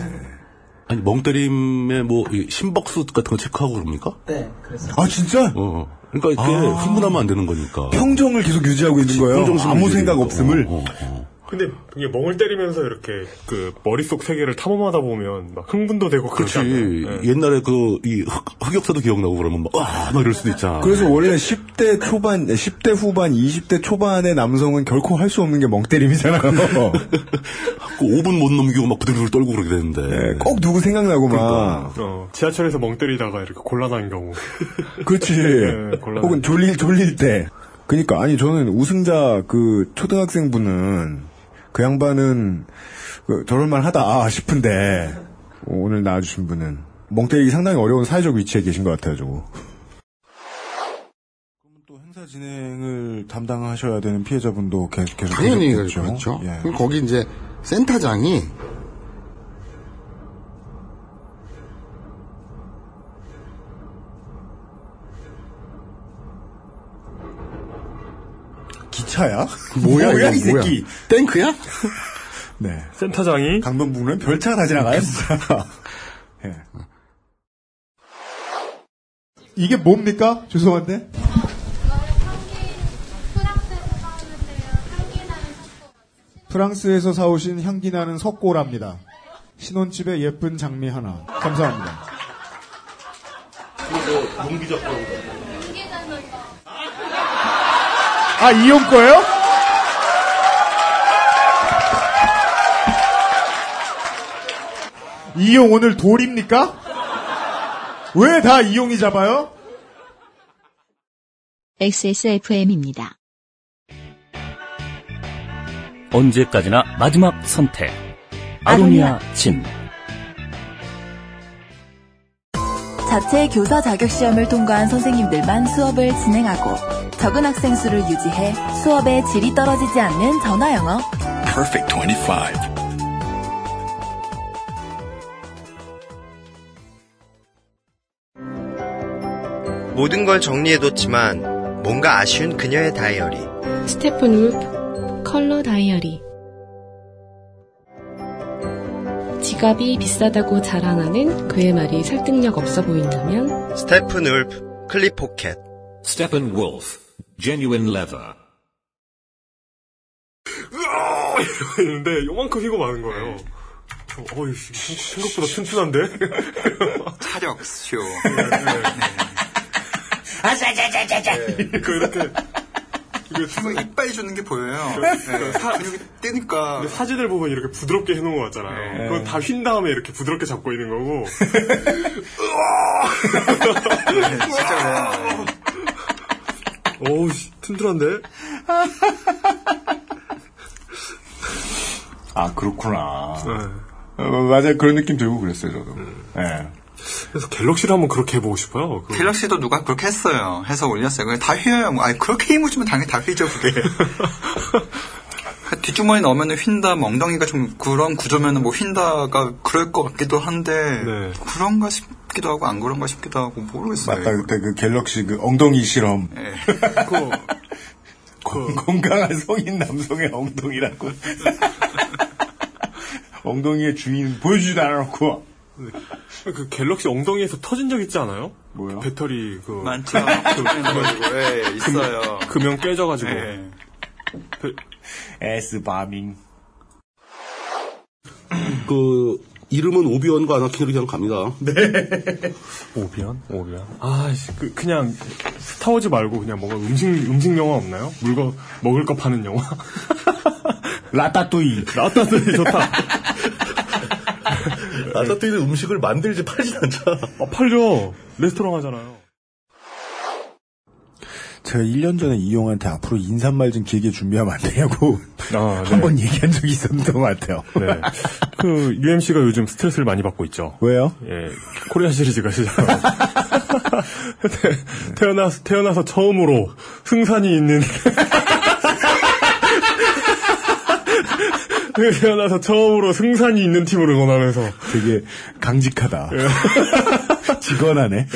S6: 아니 멍때림의 뭐이 심박수 같은 거 체크하고 그럽니까?
S22: 네, 그래서
S4: 아 진짜?
S6: 어. 그러니까 이게
S4: 아.
S6: 흥분하면 안 되는 거니까.
S4: 평정을 계속 유지하고 있는 거예요.
S6: 평정심을
S4: 아무
S6: 유지하고
S4: 생각
S6: 있는
S4: 없음을.
S6: 거. 어, 어.
S11: 근데 이게 멍을 때리면서 이렇게 그 머릿속 세계를 탐험하다 보면 막 흥분도 되고
S6: 그렇지.
S11: 그러지 않나요? 예.
S6: 옛날에 그, 이 흑, 흑역사도 기억나고 그러면 막, 와! 막 이럴 수도 있잖아.
S4: 그래서 원래 10대 초반, 네, 10대 후반, 20대 초반의 남성은 결코 할 수 없는 게 멍때림이잖아요.
S6: 5분 그 못 넘기고 막 부들부들 떨고 그러게 되는데.
S11: 네.
S4: 꼭 누구 생각나고
S6: 그러니까.
S4: 막.
S11: 어, 지하철에서 멍 때리다가 이렇게 곤란한 경우.
S4: 그렇지.
S11: 예, 곤란해.
S4: 혹은 졸릴, 졸릴 때. 그니까, 아니, 저는 우승자 그 초등학생 분은 그 양반은 그 저럴만 하다 싶은데 오늘 나와주신 분은 멍때리기 상당히 어려운 사회적 위치에 계신 것 같아요, 저거. 행사 진행을 담당하셔야 되는 피해자분도 계속 계속
S20: 당연히
S4: 계셨겠죠.
S20: 그렇죠.
S4: 예.
S20: 그럼 거기 이제 센터장이
S4: 기차야?
S20: 뭐야,
S4: 뭐야
S20: 이거
S4: 이
S20: 뭐야?
S4: 새끼?
S20: 땡크야?
S4: 네.
S11: 센터장이
S4: 강변북로는 별차가 다 지나가요. 진짜. 예.
S15: 이게 뭡니까? 죄송한데. 프랑스에서 사오신 향기 나는 석고랍니다. 신혼집에 예쁜 장미 하나. 감사합니다. 아, 이용 거예요? 이용 오늘 돌입니까? 왜 다 이용이 잡아요?
S1: XSFM입니다.
S23: 언제까지나 마지막 선택. 아로니아 침.
S24: 자체 교사 자격 시험을 통과한 선생님들만 수업을 진행하고 적은 학생 수를 유지해 수업의 질이 떨어지지 않는 전화 영어
S25: Perfect 25.
S5: 모든 걸 정리해뒀지만 뭔가 아쉬운 그녀의 다이어리.
S26: 스테픈 울프 컬러 다이어리 지갑이 비싸다고 자랑하는 그의 말이 설득력 없어 보인다면
S5: 스테픈 울프 클립 포켓.
S27: Steppenwolf, genuine leather.
S11: 이랬는데 요만큼 휘고 마는 거예요. 어, 어이, 씨, 생각보다 튼튼한데?
S27: 차력쇼.
S11: 아자자자자자. 그 이렇게 이게
S27: 힘을 이빨 주는 게 보여요. 네.
S11: 근육이 뜨니까. 근데 사진을 보면 이렇게 부드럽게 해놓은 거 같잖아요. 그건 다 휜 다음에 이렇게 부드럽게 잡고 있는 거고. 진짜. 어우, 씨, 튼튼한데?
S4: 아 그렇구나.
S11: 네.
S4: 어, 맞아요. 그런 느낌 들고 그랬어요, 저도. 예.
S11: 그래서 갤럭시를 한번 그렇게 해보고 싶어요. 그-
S27: 갤럭시도 누가 그렇게 했어요. 해서 올렸어요. 근데 다 휘어요. 뭐. 아니, 그렇게 힘을 주면 당연히 다 휘죠, 그게. 뒷주머니 넣으면 휜다, 뭐 엉덩이가 좀 그런 구조면 뭐 휜다가 그럴 것 같기도 한데,
S2: 네.
S27: 그런가 싶기도 하고, 안 그런가 싶기도 하고, 모르겠어요.
S2: 네.
S4: 맞다 그때 그 갤럭시 그 엉덩이 실험.
S11: 예. 그,
S4: 건강한 성인 남성의 엉덩이라고. 엉덩이의 주인 보여주지도 않아놓고.
S11: 그 갤럭시 엉덩이에서 터진 적 있지 않아요? 뭐요? 배터리 그
S27: 많죠.
S11: 그-
S27: 예, 있어요.
S11: 금형 깨져가지고
S27: 예.
S4: 에스 바밍.
S6: 그 이름은 오비언과 아나킨으로 그냥 갑니다. 네.
S11: 오비언? 오비언? 아, 씨, 그, 그냥 스타워즈 말고 그냥 뭔가 음식 음식 영화 없나요? 물건 먹을 거 파는 영화.
S4: 라따뚜이.
S11: 라따뚜이 좋다.
S2: 라따뚜이는 음식을 만들지 팔진 않잖아.
S11: 아, 팔죠. 레스토랑 하잖아요.
S4: 제가 1년 전에 이용한테 앞으로 인사말 좀 길게 준비하면 안 되냐고 한 번 얘기한 적이 있었던 것 같아요.
S11: 아, 네. 그 UMC가 요즘 스트레스를 많이 받고 있죠.
S4: 왜요?
S11: 예, 코리아 시리즈가 시작. 태어나서 태어나서 처음으로 승산이 있는 네, 태어나서 처음으로 승산이 있는 팀을 응원하면서
S4: 되게 강직하다.
S11: 예.
S4: 직원하네.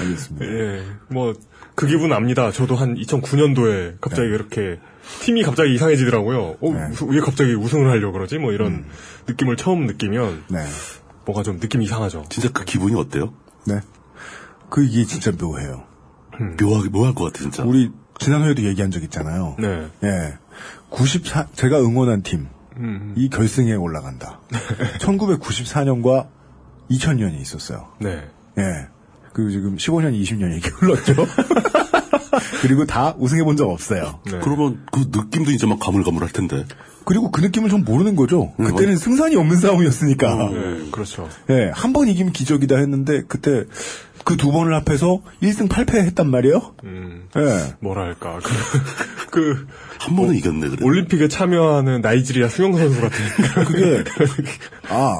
S4: 알겠습니다.
S11: 예, 뭐 그 기분 압니다. 저도 한 2009년도에 갑자기 이렇게 팀이 갑자기 이상해지더라고요. 어, 무슨- 왜 갑자기 우승을 하려고 그러지? 뭐 이런 느낌을 처음 느끼면 뭔가 좀 느낌이 이상하죠.
S2: 진짜 그 기분이 어때요?
S4: 네. 그 이게 진짜 묘해요.
S2: 음. 묘하게 묘할 것 같아 진짜.
S4: 우리 지난 회에도 얘기한 적 있잖아요.
S11: 네.
S4: 예. 94 제가 응원한 팀 이
S11: 음,
S4: 결승에 올라간다. 1994년과 2000년이 있었어요.
S11: 네.
S4: 예. 그리고 지금 15년, 20년이 이렇게 흘렀죠. 그리고 다 우승해 본 적 없어요.
S2: 그러면 그 느낌도 이제 막 가물가물할 텐데.
S4: 그리고 그 느낌을 좀 모르는 거죠. 그때는 승산이 없는 싸움이었으니까.
S11: 음. 네, 그렇죠.
S4: 예, 한 번 이기면 기적이다 했는데 그때 그 두 번을 합해서 1승 8패 했단 말이에요.
S11: 음,
S4: 예.
S11: 뭐랄까 그
S2: 한 번은 이겼네 그래.
S11: 올림픽에 참여하는 나이지리아 수영 선수 같은
S4: 그게 아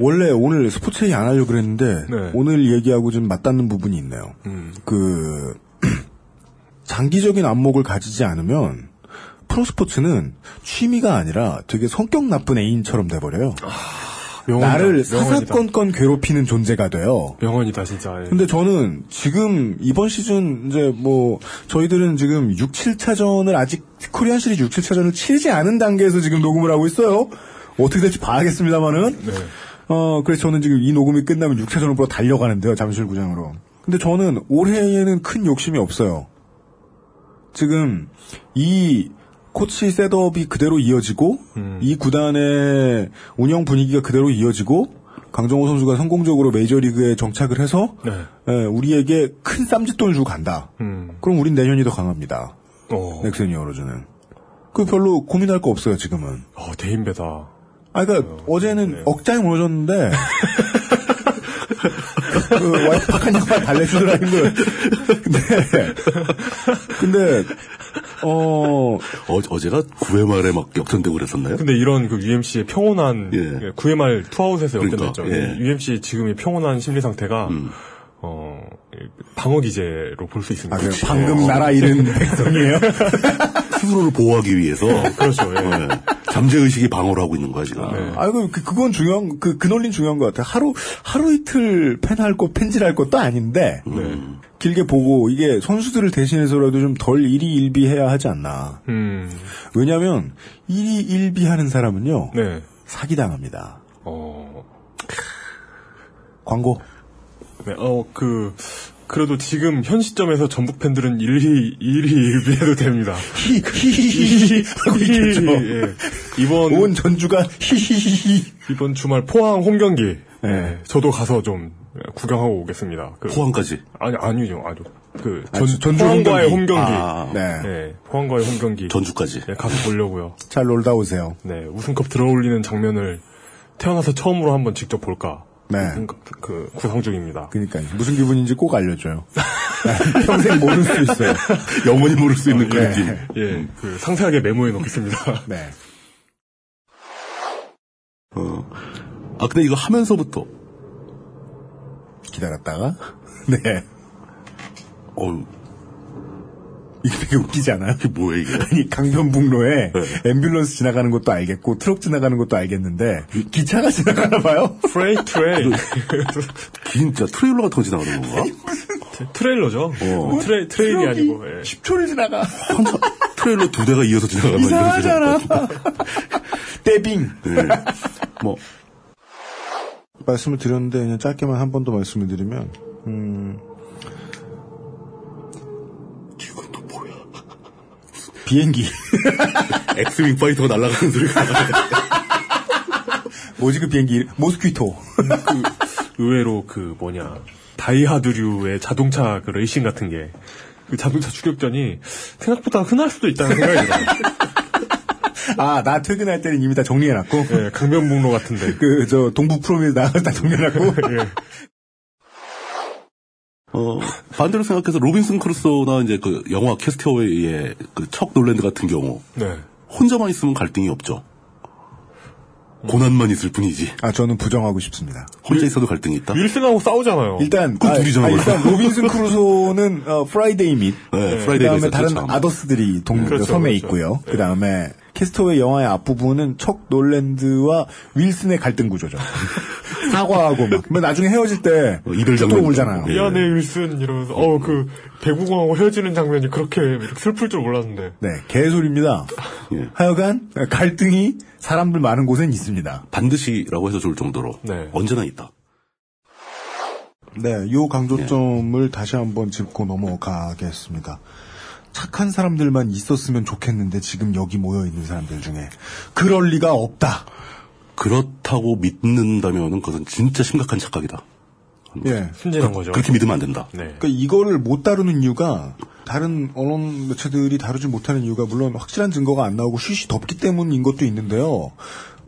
S4: 원래 오늘 스포츠 얘기 안 하려고 그랬는데
S11: 네.
S4: 오늘 얘기하고 좀 맞닿는 부분이 있네요.
S11: 음.
S4: 그 장기적인 안목을 가지지 않으면 프로스포츠는 취미가 아니라 되게 성격 나쁜 애인처럼 돼버려요.
S11: 아, 명언이다,
S4: 나를
S11: 명언이다.
S4: 사사건건 괴롭히는 존재가 돼요.
S11: 명언이다 진짜. 예.
S4: 근데 저는 지금 이번 시즌 이제 뭐 저희들은 지금 6, 7차전을 아직 코리안 시리즈 6, 7차전을 치르지 않은 단계에서 지금 녹음을 하고 있어요. 어떻게 될지 봐야겠습니다만은. 어, 그래서 저는 지금 이 녹음이 끝나면 6차전을 보러 달려가는데요. 잠실 구장으로. 근데 저는 올해에는 큰 욕심이 없어요. 지금 이 코치 셋업이 그대로 이어지고 이 구단의 운영 분위기가 그대로 이어지고 강정호 선수가 성공적으로 메이저리그에 정착을 해서
S11: 네.
S4: 예, 우리에게 큰 쌈짓돈을 주고 간다.
S11: 음.
S4: 그럼 우린 내년이 더 강합니다.
S11: 어.
S4: 넥센 이어로즈는. 그 별로 고민할 거 없어요 지금은.
S11: 어, 대인배다.
S4: 아, 그니까, 어, 제는 억장이 무너졌는데, 그, 와이파한 양반 달래주더라는 거예요. 근데, 근데, 어,
S2: 어, 제가 9회 말에 막 역전되고 그랬었나요?
S11: 근데 이런 그 UMC의 평온한
S2: 예.
S11: 9회 말 투아웃에서
S2: 그러니까,
S11: 역전됐죠.
S2: 예.
S11: UMC 지금의 평온한 심리 상태가 어, 방어 기제로 볼 수 있습니다. 어.
S4: 아, 그래요? 방금 나라 잃은 백성이에요?
S2: 스스로를 보호하기 위해서. 네.
S11: 그렇죠.
S2: 예. 잠재의식이 방어를 하고 있는 거야, 지금.
S4: 아, 그, 그- 그건 중요한, 그, 그 논리는 중요한 것 같아요. 하루, 하루 이틀 팬할 거, 팬질할 것도 아닌데, 길게 보고, 이게 선수들을 대신해서라도 좀 덜 일이 일비해야 하지 않나.
S11: 음.
S4: 왜냐면, 하 일이 일비하는 사람은요,
S11: 네.
S4: 사기당합니다.
S11: 어.
S4: 광고.
S11: 네, 어, 그, 그래도 지금 현 시점에서 전북 팬들은 일희, 일희 일비해도 됩니다.
S4: 히, 히, 히, 히, 하고 있겠죠.
S11: 예. 이번.
S4: 온 전주가 히히히히.
S11: 이번 주말 포항 홈 경기. 예, 저도 가서 좀 구경하고 오겠습니다. 그-
S2: 포항까지?
S11: 아니, 아니죠. 아주. 그,
S4: 아,
S11: 전,
S4: 저- 전주
S11: 포항과의
S4: 홈
S11: 홈 경기.
S4: 경기. 아, 네.
S11: 예, 포항과의 홈 경기.
S2: 전주까지.
S11: 예, 가서 보려고요.
S4: 잘 놀다 오세요.
S11: 네, 우승컵 들어올리는 장면을 태어나서 처음으로 한번 직접 볼까.
S4: 네.
S11: 생각- 그, 구상 중입니다.
S4: 그러니까 무슨 기분인지 꼭 알려줘요. 평생 모를 수 있어요.
S2: 영원히 모를 수 있는
S11: 그 느낌. 예, 그, 상세하게 메모해 놓겠습니다.
S4: 네.
S2: 어. 아, 근데 이거 하면서부터.
S4: 기다렸다가. 네.
S2: 어
S4: 이게 되게 웃기지 않아요?
S2: 이게 뭐야, 이게. 네.
S4: 아니 강변북로에 앰뷸런스 지나가는 것도 알겠고 트럭 지나가는 것도 알겠는데 기차가 지나가나 봐요.
S11: 프레이 트레이.
S2: 진짜 트레일러 같은 거 지나가는 건가?
S11: 트레일러죠. 트레, 트레일이 아니고. 예.
S4: 10초를 지나가.
S2: 혼자
S3: 트레일러 두 대가 이어서 지나가면
S28: 이상하잖아. 떼빙.
S4: 네.
S3: 뭐
S4: 말씀을 드렸는데 그냥 짧게만 한 번 더 말씀을 드리면 음.
S3: 비행기 엑스윙 파이터가 날아가는 소리가
S4: 뭐지 그 비행기 모스퀴토
S11: 의외로 그 뭐냐 다이하드류의 자동차 그 레이싱 같은 게 그 자동차 추격전이 생각보다 흔할 수도 있다는 생각이 들어요.
S4: 아, 나 퇴근할 때는 이미 다 정리해놨고.
S11: 예, 강변북로 같은데. 예.
S4: 그, 저, 동부 프로밀 나가서 다 정리해놨고.
S3: 어, 반대로 생각해서 로빈슨 크루소나 이제 그 영화 캐스터웨이의 그척 놀랜드 같은 경우
S11: 네.
S3: 혼자만 있으면 갈등이 없죠. 고난만 있을 뿐이지.
S4: 아, 저는 부정하고 싶습니다.
S3: 혼자 있어도 갈등이 있다.
S11: 윌슨하고 싸우잖아요.
S4: 일단,
S3: 그
S4: 아,
S3: 둘이잖아.
S4: 아,
S3: 벌써.
S4: 일단 로빈슨 크루소는 어, 프라이데이 및,
S11: 예.
S3: 네, 프라이데이가
S4: 그다음에
S3: 있었죠,
S4: 다른
S3: 참.
S4: 아더스들이 동
S3: 네, 그렇죠,
S4: 섬에
S3: 그렇죠.
S4: 있고요. 그다음에 캐스터웨이 영화의 앞부분은 척 놀랜드와 윌슨의 갈등 구조죠. 사과하고 막. 근데 나중에 헤어질 때
S3: 이별
S4: 또
S3: 장면도
S2: 예.
S4: 울잖아요.
S11: 미안해 네, 윌슨 이러면서 어그 배구공하고 헤어지는 장면이 그렇게 이렇게 슬플 줄 몰랐는데.
S4: 네, 개소리입니다.
S3: 예.
S4: 하여간 갈등이 사람들 많은 곳엔 있습니다.
S3: 반드시라고 해서 좋을 정도로 언제나 있다.
S4: 네, 요 강조점을 다시 한번 짚고 넘어가겠습니다. 착한 사람들만 있었으면 좋겠는데 지금 여기 모여 있는 사람들 중에 그럴 리가 없다.
S3: 그렇다고 믿는다면은 그것은 진짜 심각한 착각이다.
S4: 예.
S11: 순진한 거죠. 네.
S3: 그렇게 믿으면 안 된다.
S4: 그러니까 이거를 못 다루는 이유가 다른 언론 매체들이 다루지 못하는 이유가 물론 확실한 증거가 안 나오고 쉬쉬 덥기 때문인 것도 있는데요.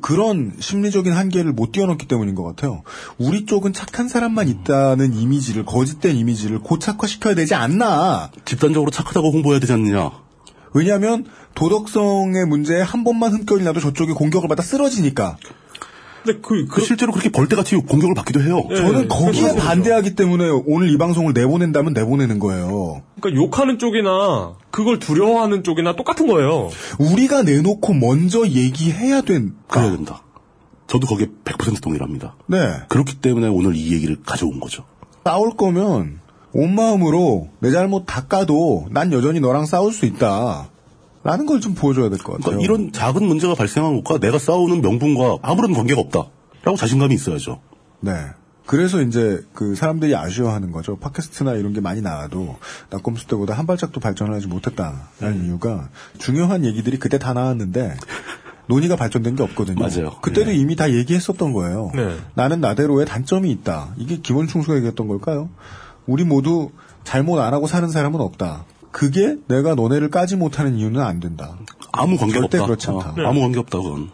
S4: 그런 심리적인 한계를 못 뛰어넘기 때문인 것 같아요. 우리 쪽은 착한 사람만 있다는 이미지를 거짓된 이미지를 고착화시켜야 되지 않나.
S3: 집단적으로 착하다고 홍보해야 되지 않느냐.
S4: 왜냐하면 도덕성의 문제에 한 번만 흠결이 나도 저쪽이 공격을 받아 쓰러지니까.
S11: 근데 그,
S3: 실제로 그렇게 벌떼같이 공격을 받기도 해요.
S11: 네.
S4: 저는 거기에
S3: 그렇죠.
S4: 반대하기 때문에 오늘 이 방송을 내보낸다면 내보내는 거예요.
S11: 그러니까 욕하는 쪽이나 그걸 두려워하는 쪽이나 똑같은 거예요.
S4: 우리가 내놓고 먼저 얘기해야 된.
S3: 그래야 된다. 저도 거기에 100% 동일합니다.
S4: 네.
S3: 그렇기 때문에 오늘 이 얘기를 가져온 거죠.
S4: 싸울 거면 온 마음으로 내 잘못 닦아도 난 여전히 너랑 싸울 수 있다. 라는 걸 좀 보여줘야 될 것 같아요.
S3: 그러니까 이런 작은 문제가 발생한 것과 내가 싸우는 명분과 아무런 관계가 없다. 라고 자신감이 있어야죠.
S4: 네. 그래서 이제 그 사람들이 아쉬워하는 거죠. 팟캐스트나 이런 게 많이 나와도 낙검수 때보다 한 발짝도 발전을 하지 못했다라는
S3: 음.
S4: 이유가 중요한 얘기들이 그때 다 나왔는데 논의가 발전된 게 없거든요.
S3: 맞아요. 예.
S4: 그때도 이미 다 얘기했었던 거예요.
S3: 네.
S4: 나는 나대로의 단점이 있다. 이게 김원충수가 얘기했던 걸까요? 우리 모두 잘못 안 하고 사는 사람은 없다. 그게 내가 너네를 까지 못하는 이유는 안 된다.
S3: 아무 관계가
S4: 절대
S3: 없다.
S4: 그렇지 않다.
S3: 아, 아무 관계 없다, 그건.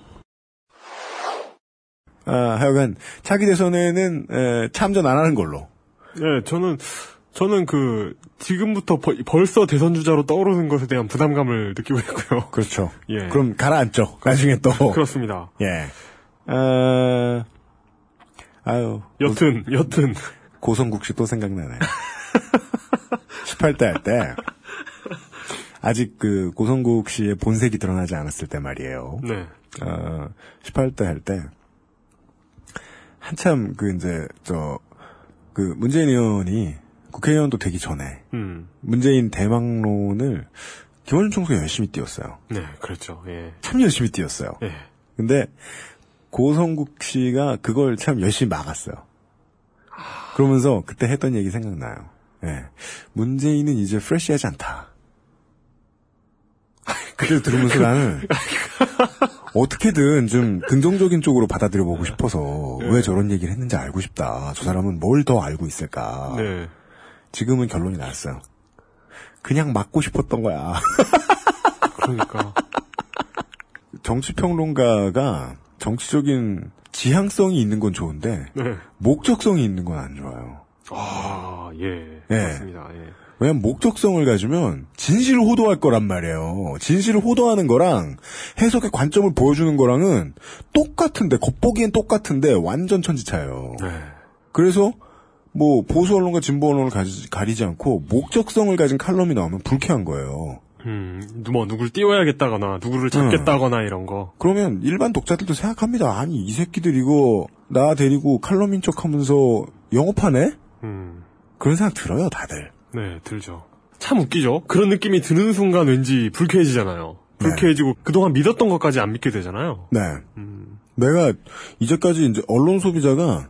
S4: 아, 하여간 차기 대선에는 에, 참전 안 하는 걸로.
S11: 네, 저는 저는 그 지금부터 벌, 벌써 대선 주자로 떠오르는 것에 대한 부담감을 느끼고 있고요.
S4: 그렇죠.
S11: 예.
S4: 그럼 가라앉죠. 나중에 또.
S11: 어. 그렇습니다.
S4: 예. 어... 아유.
S11: 여튼, 여튼.
S4: 고성국 씨 또 생각나네. 18대 할 때. 아직 그 고성국 씨의 본색이 드러나지 않았을 때 말이에요.
S11: 네.
S4: 어, 18대 할 때. 한참 그 이제 저, 그 문재인 의원이 국회의원도 되기 전에
S11: 음.
S4: 문재인 대망론을 김원준 총수가 열심히 띄웠어요.
S11: 네, 그렇죠. 예.
S4: 참 열심히 뛰었어요.
S11: 예.
S4: 근데 고성국 씨가 그걸 참 열심히 막았어요. 그러면서 그때 했던 얘기 생각나요. 예. 문재인은 이제 프레쉬하지 않다. 그걸 들으면서 나는 어떻게든 좀 긍정적인 쪽으로 받아들여 보고 싶어서 왜 저런 얘기를 했는지 알고 싶다. 저 사람은 뭘 더 알고 있을까.
S11: 네.
S4: 지금은 결론이 나왔어요. 그냥 막고 싶었던 거야.
S11: 그러니까.
S4: 정치평론가가 정치적인 지향성이 있는 건 좋은데
S11: 네.
S4: 목적성이 있는 건 안 좋아요.
S11: 아, 예.
S4: 예.
S11: 맞습니다. 예.
S4: 왜냐면 목적성을 가지면 진실을 호도할 거란 말이에요. 진실을 호도하는 거랑 해석의 관점을 보여주는 거랑은 똑같은데 겉보기엔 똑같은데 완전 천지차예요. 그래서 뭐 보수 언론과 진보 언론을 가지- 가리지 않고 목적성을 가진 칼럼이 나오면 불쾌한 거예요.
S11: 음, 뭐 누굴 띄워야겠다거나 누구를 잡겠다거나 이런 거.
S4: 그러면 일반 독자들도 생각합니다. 아니 이 새끼들 이거 나 데리고 칼럼인 척하면서 영업하네?
S11: 음.
S4: 그런 생각 들어요 다들.
S11: 네, 들죠. 참 웃기죠. 그런 느낌이 드는 순간 왠지 불쾌해지잖아요. 불쾌해지고 그동안 믿었던 것까지 안 믿게 되잖아요.
S4: 네. 내가 이제까지 이제 언론 소비자가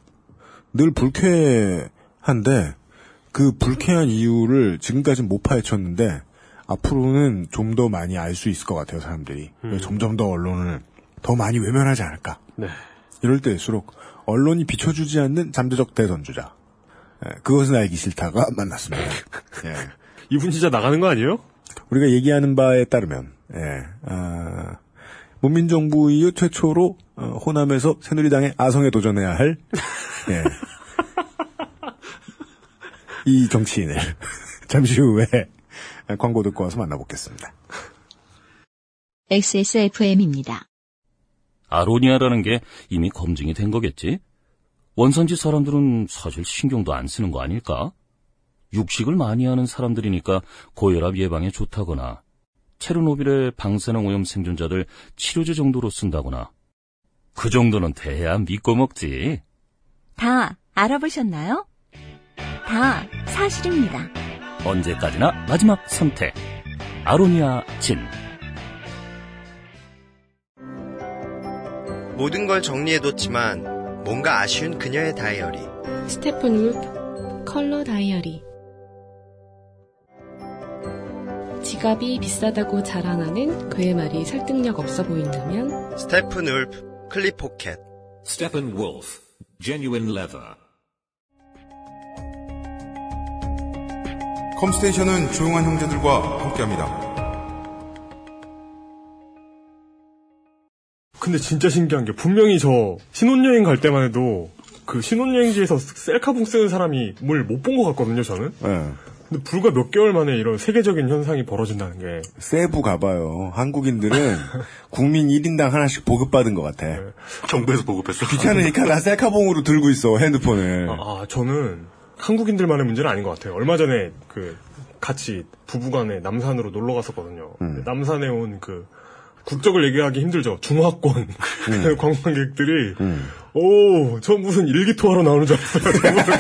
S4: 늘 불쾌한데 그 불쾌한 이유를 지금까지 못 파헤쳤는데 앞으로는 좀 더 많이 알 수 있을 것 같아요 사람들이 그래서 점점 더 언론을 더 많이 외면하지 않을까
S11: 네.
S4: 이럴 때일수록 언론이 비춰주지 않는 잠재적 대선주자 예, 그것은 알기 싫다가 만났습니다 예.
S11: 이분 진짜 나가는 거 아니에요?
S4: 우리가 얘기하는 바에 따르면 예, 아, 문민정부 이후 최초로 어, 호남에서 새누리당의 아성에 도전해야 할 예, 이 정치인을 잠시 후에 광고 듣고 와서 만나보겠습니다.
S29: XSFM입니다.
S30: 아로니아라는 게 이미 검증이 된 거겠지? 원산지 사람들은 사실 신경도 안 쓰는 거 아닐까? 육식을 많이 하는 사람들이니까 고혈압 예방에 좋다거나, 체르노빌의 방사능 오염 생존자들 치료제 정도로 쓴다거나, 그 정도는 돼야 믿고 먹지.
S1: 다 알아보셨나요? 다 사실입니다.
S30: 언제까지나 마지막 선택. 아로니아 진.
S5: 모든 걸 정리해뒀지만 뭔가 아쉬운 그녀의 다이어리.
S13: 스테픈 울프 컬러 다이어리 지갑이 비싸다고 자랑하는 그의 말이 설득력 없어 보인다면
S5: 스테픈 울프 클립 포켓.
S3: Stephen Wolf, genuine leather.
S31: 컴스테이션은 조용한 형제들과 함께합니다.
S11: 근데 진짜 신기한 게 분명히 저 신혼여행 갈 때만 해도 그 신혼여행지에서 셀카봉 쓰는 사람이 뭘 못 본 것 같거든요, 저는.
S4: 예,
S11: 근데 불과 몇 개월 만에 이런 세계적인 현상이 벌어진다는 게
S4: 세부 가봐요. 한국인들은 국민 1인당 하나씩 보급받은 것 같아.
S6: 정부에서 보급했어.
S4: 귀찮으니까 나 셀카봉으로 들고 있어, 핸드폰을.
S11: 아, 저는 한국인들만의 문제는 아닌 것 같아요. 얼마 전에 그 같이 부부간에 남산으로 놀러 갔었거든요. 근데 남산에 온 그 국적을 얘기하기 힘들죠. 중화권 관광객들이 오, 저 무슨 일기토하러 나오는 줄 알았어요.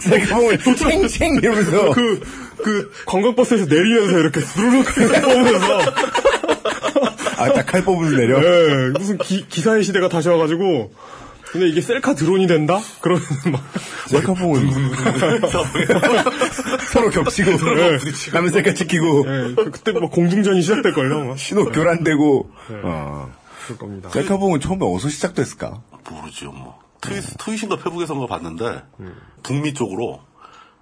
S4: 셀카봉을 챙챙 이러면서
S11: 그, 그 관광버스에서 내리면서 이렇게 스르륵 보면서
S4: 아, 딱 칼 뽑으면 내려?
S11: 예, 무슨 기, 기사의 시대가 다시 와가지고 근데 이게 셀카 드론이 된다? 그러면 막
S4: 셀카봉을
S11: 음.
S4: 서로 겹치고 예. 가면 셀카 찍히고
S11: 예. 네, 그때 막 공중전이 시작될걸요
S4: 신호 교란되고 어.
S11: 예. 그럴 겁니다.
S4: 셀카봉은 처음에 어디서 시작됐을까?
S6: 모르죠, 뭐. 트윗, 트윗인가 페북에선가 봤는데, 북미 쪽으로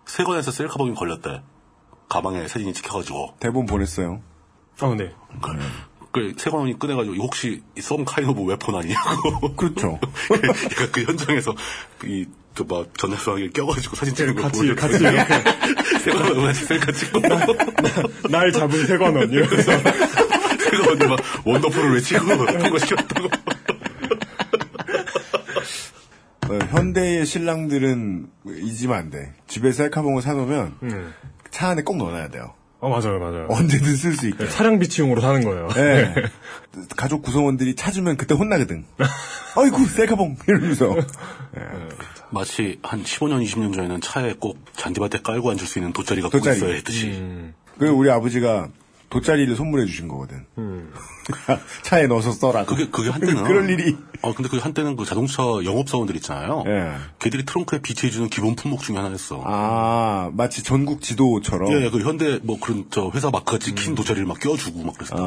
S6: 세관에서 셀카봉이 걸렸대. 가방에 사진이 찍혀가지고.
S4: 대본 보냈어요.
S11: 아, 네.
S6: 그, 세관원이 꺼내가지고, 이거 혹시, 이 썸 카이노브 웨폰 아니냐고.
S4: 그렇죠.
S6: 얘가 그 현장에서, 이, 저, 막, 전자수학에 껴가지고 사진 찍는 거
S11: 같이,
S6: 보여줬
S11: 같이 이렇게.
S6: 세관원 같이 셀카 찍고.
S11: 날 잡은 세관원, 이러면서.
S6: 세관원이 막, 원더풀을 외치고, 통과시켰다고.
S4: 어, 현대의 신랑들은 잊으면 안 돼. 집에 셀카봉을 사놓으면
S11: 예.
S4: 차 안에 꼭 넣어놔야 돼요.
S11: 아, 맞아요, 맞아요.
S4: 언제든 쓸 수 있게.
S11: 네, 차량 비치용으로 사는 거예요.
S4: 예. 가족 구성원들이 찾으면 그때 혼나거든. 아이고, 셀카봉! 이러면서.
S6: 마치 한 15년, 20년 전에는 차에 꼭 잔디밭에 깔고 앉을 수 있는 돗자리가 꼭
S4: 돗자리.
S6: 있어야 했듯이.
S4: 그 우리 아버지가 돗자리를 선물해 주신 거거든. 차에 넣어서 써라.
S6: 음. 그게, 그게 한때는.
S4: 그럴 일이.
S6: 아, 근데 그게 한때는 그 자동차 영업사원들 있잖아요. 걔들이 트렁크에 비치해주는 기본 품목 중에 하나였어.
S4: 예. 아, 마치 전국 지도처럼.
S6: 예, 예, 그 현대 뭐 그런 저 회사 마크가 찍힌 돗자리를 막 껴주고 막 그랬어.
S4: 음.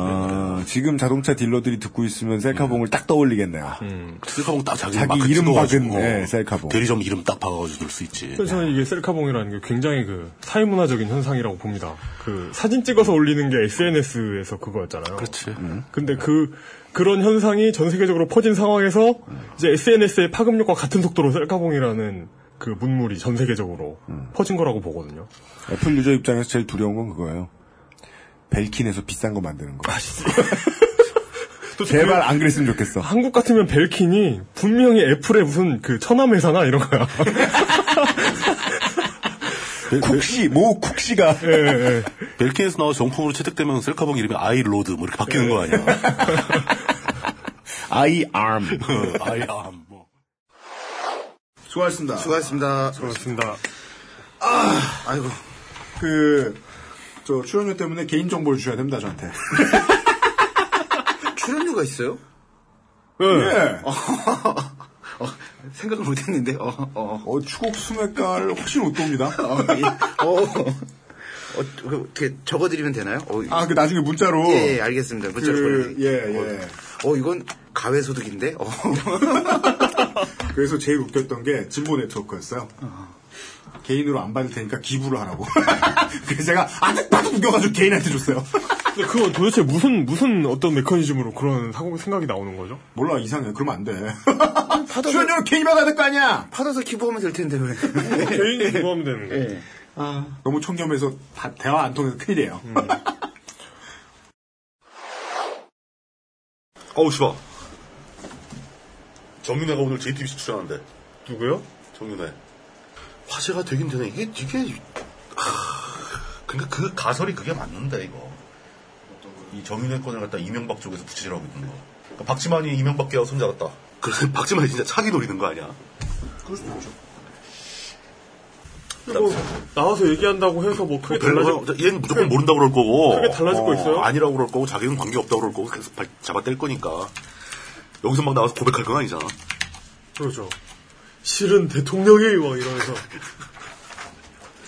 S4: 아, 지금 자동차 딜러들이 듣고 있으면 셀카봉을 딱 떠올리겠네요.
S6: 음. 셀카봉 딱 자기,
S4: 자기
S6: 마크
S4: 이름
S6: 찍어가지고.
S4: 박은, 예, 셀카봉.
S6: 대리점 이름 딱 박아가지고 넣을 수 있지.
S11: 그래서 저는 이게 셀카봉이라는 게 굉장히 그 사회문화적인 현상이라고 봅니다. 그 사진 찍어서 올리는 게 SNS에서 그거였잖아요.
S6: 그렇지.
S11: 근데 그 그런 현상이 전 세계적으로 퍼진 상황에서 이제 SNS의 파급력과 같은 속도로 셀카봉이라는 그 문물이 전 세계적으로 퍼진 거라고 보거든요.
S4: 애플 유저 입장에서 제일 두려운 건 그거예요. 벨킨에서 비싼 거 만드는 거.
S11: 또
S4: 제발 안 그랬으면 좋겠어.
S6: 아,
S11: 한국 같으면 벨킨이 분명히 애플의 무슨 그 천암 회사나 이런 거야.
S6: 네,
S4: 쿡시 모 쿡시가
S6: 벨킨에서 나와 정품으로 채택되면 셀카봉 이름이 아이로드 뭐 이렇게 바뀌는 거 아니야?
S4: 아이암.
S3: 어,
S6: 아이암.
S32: 수고하셨습니다. 수고하셨습니다.
S11: 그렇습니다.
S32: 아, 아이고.
S4: 그 저 출연료 때문에 개인 정보를 주셔야 됩니다 저한테.
S33: 출연료가 있어요?
S4: 예.
S33: 어, 생각을 못했는데. 어, 어.
S4: 어 추곡 수맥가를 훨씬 웃돕니다.
S33: 어,
S6: 아, 네.
S33: 예. 어. 어, 그, 어떻게 적어드리면 되나요? 어,
S4: 아, 그 나중에 문자로.
S33: 예, 예, 알겠습니다. 문자로
S4: 그,
S33: 적어드릴게요.
S4: 예, 예.
S33: 어, 어, 이건 가외소득인데? 어.
S4: 그래서 제일 웃겼던 게 진보 네트워크였어요. 개인으로 안 받을 테니까 기부를 하라고. 그래서 제가 아득바득 웃겨가지고 개인한테 줬어요.
S11: 근데 그건 도대체 무슨 무슨 어떤 메커니즘으로 그런 사고 생각이 나오는 거죠?
S4: 몰라 이상해. 그러면 안 돼.
S33: 출연료를
S4: 개인 받아야 될 거 아니야!
S33: 받아서 기부하면 될 텐데, 왜.
S11: 개인 기부하면 되는데.
S4: 아, 너무 청렴해서 다- 대화 안 통해서 큰일이에요.
S3: 어우, 씨발. 정윤회가 오늘 JTBC 출연한대.
S11: 누구요?
S3: 정윤회. 화제가 되긴 되네. 이게, 이게, 하... 근데 그 가설이 그게 맞는데, 이거. 이 정윤회 건을 갖다 이명박 쪽에서 부채질하고 있는 거. 그러니까 박지만이 이명박 계하고 손잡았다. 그래서 박지만이 진짜 차기 노리는 거 아니야?
S4: 그럴 수도 있죠.
S11: 뭐 나와서 얘기한다고 해서 뭐 크게
S3: 별로
S11: 달라질
S3: 저- 얘는 무조건 모른다고 그럴 거고.
S11: 크게 달라질 거 있어요?
S3: 아니라고 그럴 거고, 자기는 관계없다고 그럴 거고, 계속 발- 잡아뗄 거니까. 여기서 막 나와서 고백할 건 아니잖아.
S11: 어. 그렇죠. 실은 대통령이 막 이러면서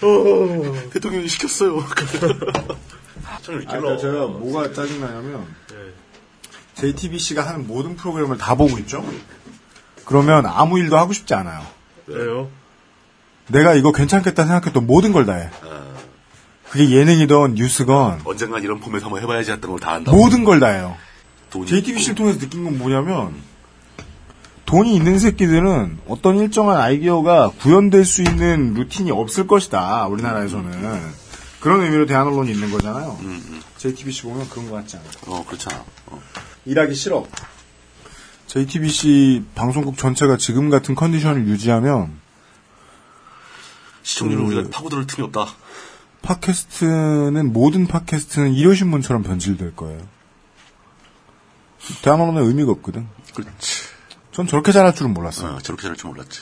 S11: 어,
S3: 대통령이 시켰어요. 참
S4: 아, 그러니까 제가 뭐가 짜증나냐면 JTBC가 하는 모든 프로그램을 다 보고 있죠. 그러면 아무 일도 하고 싶지 않아요.
S11: 왜요?
S4: 내가 이거 괜찮겠다 생각했던 모든 걸 다 해. 그게 예능이든 뉴스건
S3: 언젠간 이런 폼에서 한번 해봐야지 했던 걸 다 한다고.
S4: 모든 걸 다 해요.
S3: 돈이
S4: JTBC를 통해서 느낀 건 뭐냐면 돈이 있는 새끼들은 어떤 일정한 아이디어가 구현될 수 있는 루틴이 없을 것이다. 우리나라에서는 그런 의미로 대한 언론이 있는 거잖아요.
S3: 음,
S4: JTBC 보면 그런 것 같지 않아요.
S3: 어, 그렇잖아.
S4: 일하기 싫어. JTBC 방송국 전체가 지금 같은 컨디션을 유지하면
S3: 시청률을
S4: 음.
S3: 우리가 파고들 틈이 없다.
S4: 팟캐스트는 모든 팟캐스트는 일요신문처럼 변질될 거예요. 대한언론의 의미가 없거든.
S3: 그렇지.
S4: 전 저렇게 잘할 줄은 몰랐어요.
S3: 어, 저렇게 잘할 줄 몰랐지.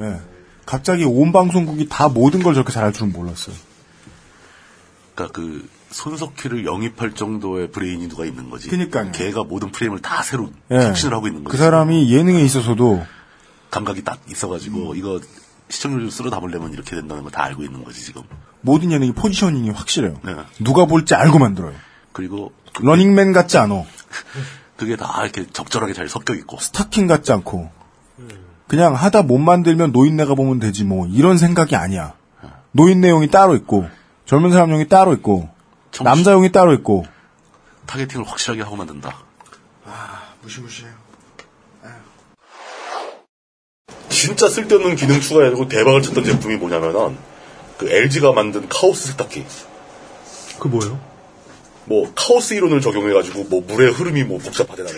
S4: 예. 갑자기 온 방송국이 다 모든 걸 저렇게 잘할 줄은 몰랐어요.
S3: 그러니까 그 손석희를 영입할 정도의 브레인이 누가 있는 거지.
S4: 그러니까요.
S3: 걔가 모든 프레임을 다 새로
S4: 예.
S3: 혁신을 하고 있는 거지.
S4: 그 사람이 예능에 있어서도
S3: 감각이 딱
S4: 음.
S3: 있어가지고 이거 시청률 쓸어 담으려면 이렇게 된다는 걸 다 알고 있는 거지 지금.
S4: 모든 예능이 포지셔닝이 확실해요.
S3: 네.
S4: 누가 볼지 알고 만들어요.
S3: 그리고
S4: 러닝맨 같지 않아.
S3: 그게 다 이렇게 적절하게 잘 섞여 있고.
S4: 스타킹 같지 않고 그냥 하다 못 만들면 노인네가 보면 되지 뭐 이런 생각이 아니야. 노인 내용이 따로 있고 젊은 사람용이 따로 있고 남자용이 따로 있고
S3: 타겟팅을 확실하게 하고 만든다.
S4: 아, 무시무시해요.
S3: 예. 진짜 쓸데없는 기능 추가해가지고 대박을 쳤던 제품이 뭐냐면은 그 LG가 만든 카오스 세탁기.
S11: 그 뭐예요?
S3: 뭐 카오스 이론을 적용해가지고 뭐 물의 흐름이 뭐 복잡하대나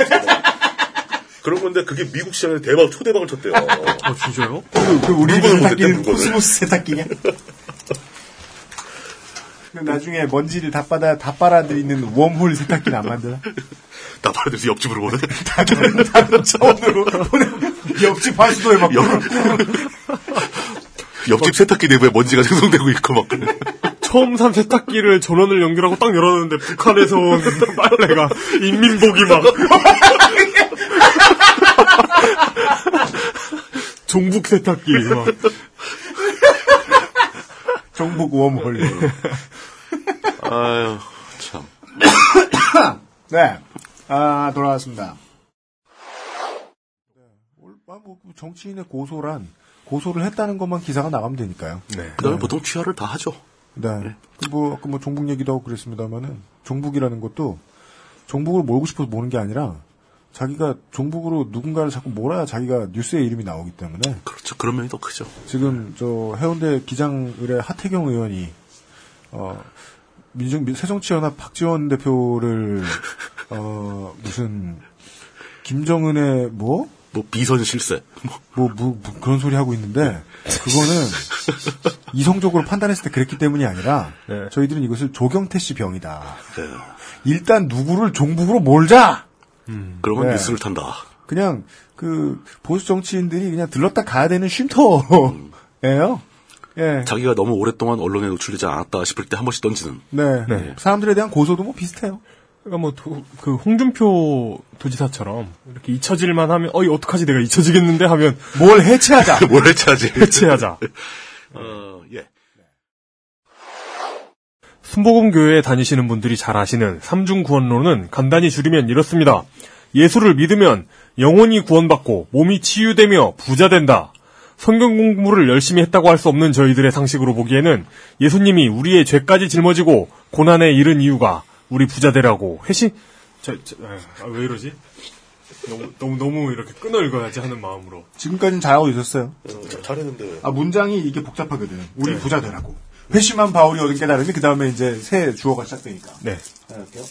S3: 그런 건데 그게 미국 시장에 대박 초대박을 쳤대요.
S11: 아 진짜요?
S4: 그, 그 우리
S3: 물건을
S4: 세탁기는
S3: 못했대, 물건을.
S4: 코스모스 세탁기냐? 나중에 먼지를 다 빨아 다 빨아들이는 웜홀 세탁기는 안 만드나?
S3: 나 바로들서 옆집으로 보내.
S4: 다른 차원으로 보내- 옆집 하수도에 막
S3: 옆집 세탁기 내부에 먼지가 생성되고 있고 막 그래.
S11: 처음 산 세탁기를 전원을 연결하고 딱 열었는데 북한에서 온 빨래가 인민복이 막 종북 세탁기 막
S4: 정복 웜홀.
S3: 아유 참.
S4: 네, 아 돌아왔습니다. 아, 뭐, 그 정치인의 고소란 고소를 했다는 것만 기사가 나가면 되니까요.
S11: 네.
S3: 그다음에 보통 취하를 다 하죠.
S4: 네. 그 뭐, 아까 뭐 종북 얘기도 하고 그랬습니다만은, 종북이라는 것도, 종북을 몰고 싶어서 모는 게 아니라, 자기가 종북으로 누군가를 자꾸 몰아야 자기가 뉴스에 이름이 나오기 때문에,
S3: 그렇죠. 그런 면이 더 크죠.
S4: 지금 저 해운대 기장을의 하태경 의원이, 어, 민중, 민- 새정치연합 박지원 대표를, 어, 무슨, 김정은의 뭐?
S3: 뭐 비선 실세.
S4: 뭐, 뭐, 뭐 그런 소리 하고 있는데, 그거는 이성적으로 판단했을 때 그랬기 때문이 아니라,
S11: 네.
S4: 저희들은 이것을 조경태 씨 병이다. 일단 누구를 종북으로 몰자!
S3: 그러면
S4: 네.
S3: 뉴스를 탄다.
S4: 그냥, 그, 보수 정치인들이 그냥 들렀다 가야 되는 쉼터예요 예.
S6: 자기가 너무 오랫동안 언론에 노출되지 않았다 싶을 때 한 번씩 던지는.
S4: 네. 사람들에 대한 고소도 뭐 비슷해요.
S11: 그러니까 뭐, 도- 그, 홍준표 도지사처럼, 이렇게 잊혀질만 하면, 어이, 어떡하지, 내가 잊혀지겠는데? 하면,
S4: 뭘 해체하자!
S6: 뭘 해체하지?
S11: 해체하자.
S6: 어, 예.
S11: 순복음 교회에 다니시는 분들이 잘 아시는 삼중 구원론은 간단히 줄이면 이렇습니다. 예수를 믿으면 영혼이 구원받고 몸이 치유되며 부자된다. 성경 공부를 열심히 했다고 할 수 없는 저희들의 상식으로 보기에는 예수님이 우리의 죄까지 짊어지고 고난에 이른 이유가 우리 부자되라고 회신 저, 저, 아, 왜 이러지? 너무, 너무 너무 이렇게 끊어 읽어야지 하는 마음으로
S4: 지금까지는 잘하고 있었어요.
S34: 잘했는데.
S4: 아, 문장이 이게 복잡하거든. 우리
S11: 네.
S4: 부자 되라고. 회심한 바울이 얻은 깨달음이 그 다음에 이제 새 주어가 시작되니까.
S11: 네.
S4: 할게요.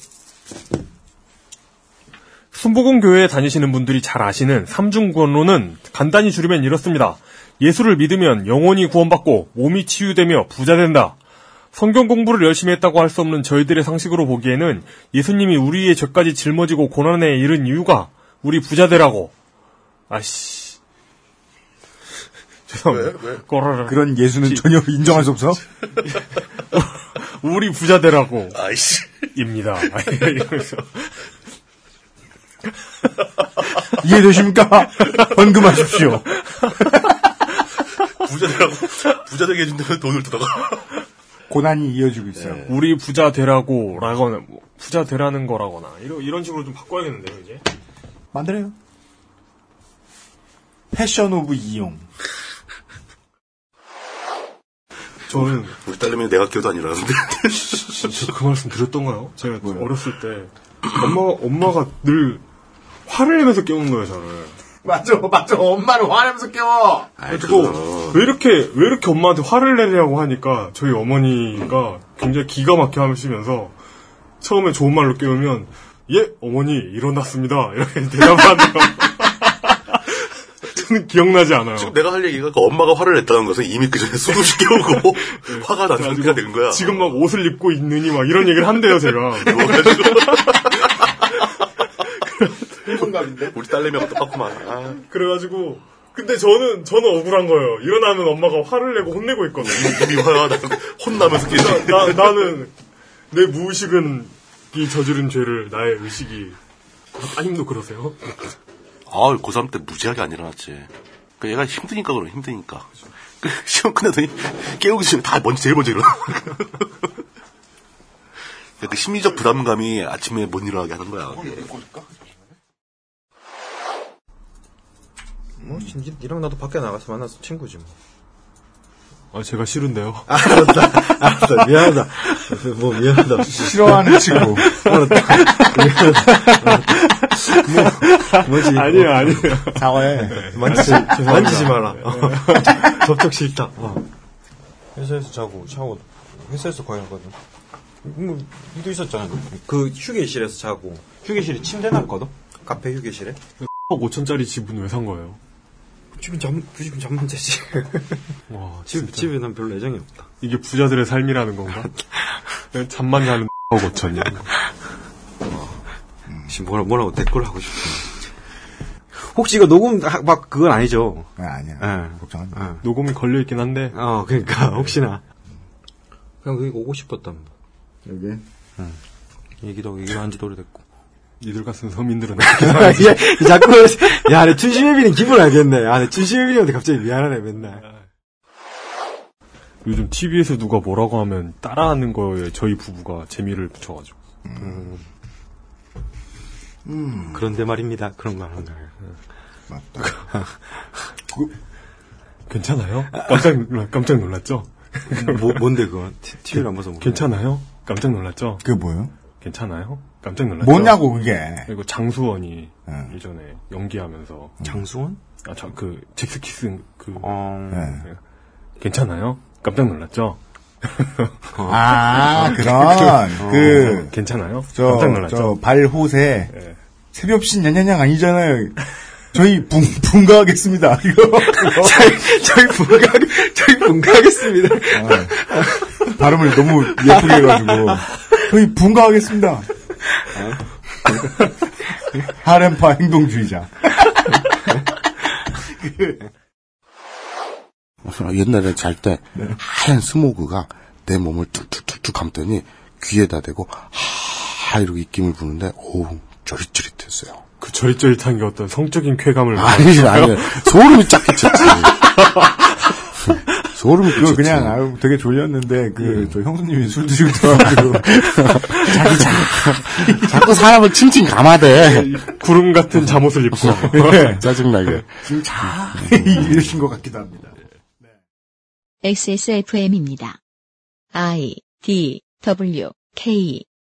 S11: 순복음 교회에 다니시는 분들이 잘 아시는 삼중구원론은 간단히 줄이면 이렇습니다. 예수를 믿으면 영혼이 구원받고 몸이 치유되며 부자된다. 성경 공부를 열심히 했다고 할 수 없는 저희들의 상식으로 보기에는 예수님이 우리의 죄까지 짊어지고 고난에 이른 이유가 우리 부자되라고. 아씨. 죄송합니다. 꼬라라.
S4: 그런 예수는 전혀 인정할 수 없어.
S11: 우리 부자되라고.
S6: 아이씨.
S11: 입니다. 이러면서.
S4: 이해되십니까? 헌금하십시오.
S34: 부자되라고, 부자되게 해준다면 돈을 두다가.
S4: 고난이 이어지고 있어요.
S6: 네.
S11: 우리 부자 되라고 라거나 뭐 부자 되라는 거라거나 이런 이런 식으로 좀 바꿔야겠는데요 이제
S4: 만들어요. 패션 오브 이용.
S11: 저는
S6: 우리 딸내미 내가 기어도 아니라는데.
S11: 제가 그 말씀 드렸던가요? 제가 어렸을 때 엄마 엄마가 늘 화를 내면서 깨우는 거예요 저를
S4: 맞아, 맞아. 엄마를 화내면서 깨워.
S11: 그리고 왜 이렇게 왜 이렇게 엄마한테 화를 내냐고 하니까 저희 어머니가 굉장히 기가 막혀 하시면서 처음에 좋은 말로 깨우면 예 어머니 일어났습니다 이렇게 대답하네요 저는 기억나지 않아요
S6: 지금 내가 할 얘기가 그 엄마가 화를 냈다는 것은 이미 그 전에 소금 시켜오고
S4: 네.
S6: 화가 난 상태가 된 거야.
S11: 지금 막 옷을 입고 있느니 막 이런 얘기를 한대요 제가
S34: 공감인데? 우리 딸내미하고 똑같구만. 아.
S11: 그래가지고 근데 저는 저는 억울한 거예요. 일어나면 엄마가 화를 내고 혼내고 있거든요.
S6: 이미 화가 나고 혼나면서 깨지.
S11: 나, 나, 나는 내 무의식은 이 저지른 죄를 나의 의식이 아님도 그러세요?
S6: 아, 고3 때 무지하게 안 일어났지. 그 얘가 힘드니까 그래, 힘드니까. 그 시험 끝나더니 깨우기 전에 다 먼저, 제일 먼저 일어나. 그 심리적 부담감이 아침에 못 일어나게 하는 거야.
S13: 뭐 니- 니랑 나도 밖에 나가서 만나서 친구지 뭐.
S11: 아 제가 싫은데요.
S13: 알았다, 알았다, 미안하다. 뭐 미안하다.
S11: 싫어하는 친구.
S13: 알았다. 미안하다. 뭐, 뭐지?
S11: 아니에요, 아니에요.
S13: 사과해. 만지지,
S11: 죄송합니다.
S13: 만지지 마라. 어. 접촉 싫다. 어. 회사에서 자고 샤워. 회사에서 거의 하거든. 뭐 니도 있었잖아. 그 휴게실에서 자고. 휴게실에 침대 놨거든. 카페 휴게실에.
S11: 5천짜리 집은 왜 산 거예요?
S13: 집은 잠, 그 집은 잠만 자지.
S11: 와,
S13: 집, 집에 난 별로 애정이 없다.
S11: 이게 부자들의 삶이라는 건가? 그냥 잠만 자는 하고 5천이야.
S13: 지금 뭐라, 뭐라고 댓글 하고 싶어. 혹시 이거 녹음, 하- 막, 그건 아니죠?
S4: 아니야.
S13: 걱정하지
S11: 녹음이 걸려 있긴 한데.
S13: 어, 그러니까, 혹시나. 그냥 여기 오고 싶었단 말.
S4: 여기?
S13: 얘기도, 얘기도 한지 오래됐고.
S11: 이들 같은 서민들은
S13: 야, 자꾸, 야, 내 춘심혜비는 기분 알겠네. 아, 내 춘심혜비한테 갑자기 미안하네, 맨날.
S11: 요즘 TV에서 누가 뭐라고 하면 따라하는 거에 저희 부부가 재미를 붙여가지고.
S4: 음.
S13: 그런데 말입니다. 그런 말 한다. 맞다.
S4: 그,
S11: 괜찮아요? 깜짝, 놀라- 깜짝 놀랐죠?
S13: 뭐, 뭔데, 그건? TV를 안 봐서 뭐. 모르
S11: 괜찮아요? 깜짝 놀랐죠?
S4: 그게 뭐예요?
S11: 괜찮아요? 깜짝 놀랐죠?
S4: 뭐냐고, 네. 그게.
S11: 그리고 장수원이 예전에 연기하면서.
S4: 음.
S13: 장수원? 어.
S11: 아, 저, 그, 잭스키스, 그.
S4: 네.
S11: 괜찮아요? 깜짝 놀랐죠?
S13: 어.
S4: 아, 그런,
S11: 어,
S4: 그,
S11: 괜찮아요?
S4: 저,
S11: 깜짝 놀랐죠?
S4: 저, 발호세.
S3: 예.
S4: 새벽신 냐냐냥 아니잖아요. 저희 분, 분가하겠습니다. 이거.
S13: 저희, 저희 분가, 저희 분가하겠습니다.
S4: 아, 발음을 너무 예쁘게 해가지고. 저희 분가하겠습니다. 하렘파 행동주의자.
S3: 옛날에 잘 때 하얀 스모그가 내 몸을 툭툭툭툭 감더니 귀에다 대고 하 이러고 입김을 부는데 오우 저릿저릿했어요.
S11: 그 저릿저릿한 게 어떤 성적인 쾌감을
S3: 아니 아니 소름이 쫙 끼쳤지. 소름이
S4: 그거
S3: 끼쳤지. 예.
S4: 그냥 아유 되게 졸렸는데 그 저 형수님이 술 드시고 들어가지고
S3: 자기 자, 자꾸 사람을 칭칭 감아대.
S11: 구름 같은 잠옷을 입고
S4: 네.
S3: 예, 짜증나게.
S4: 지금 자 이러신 것 같기도 합니다.
S1: XSFM입니다. I D W K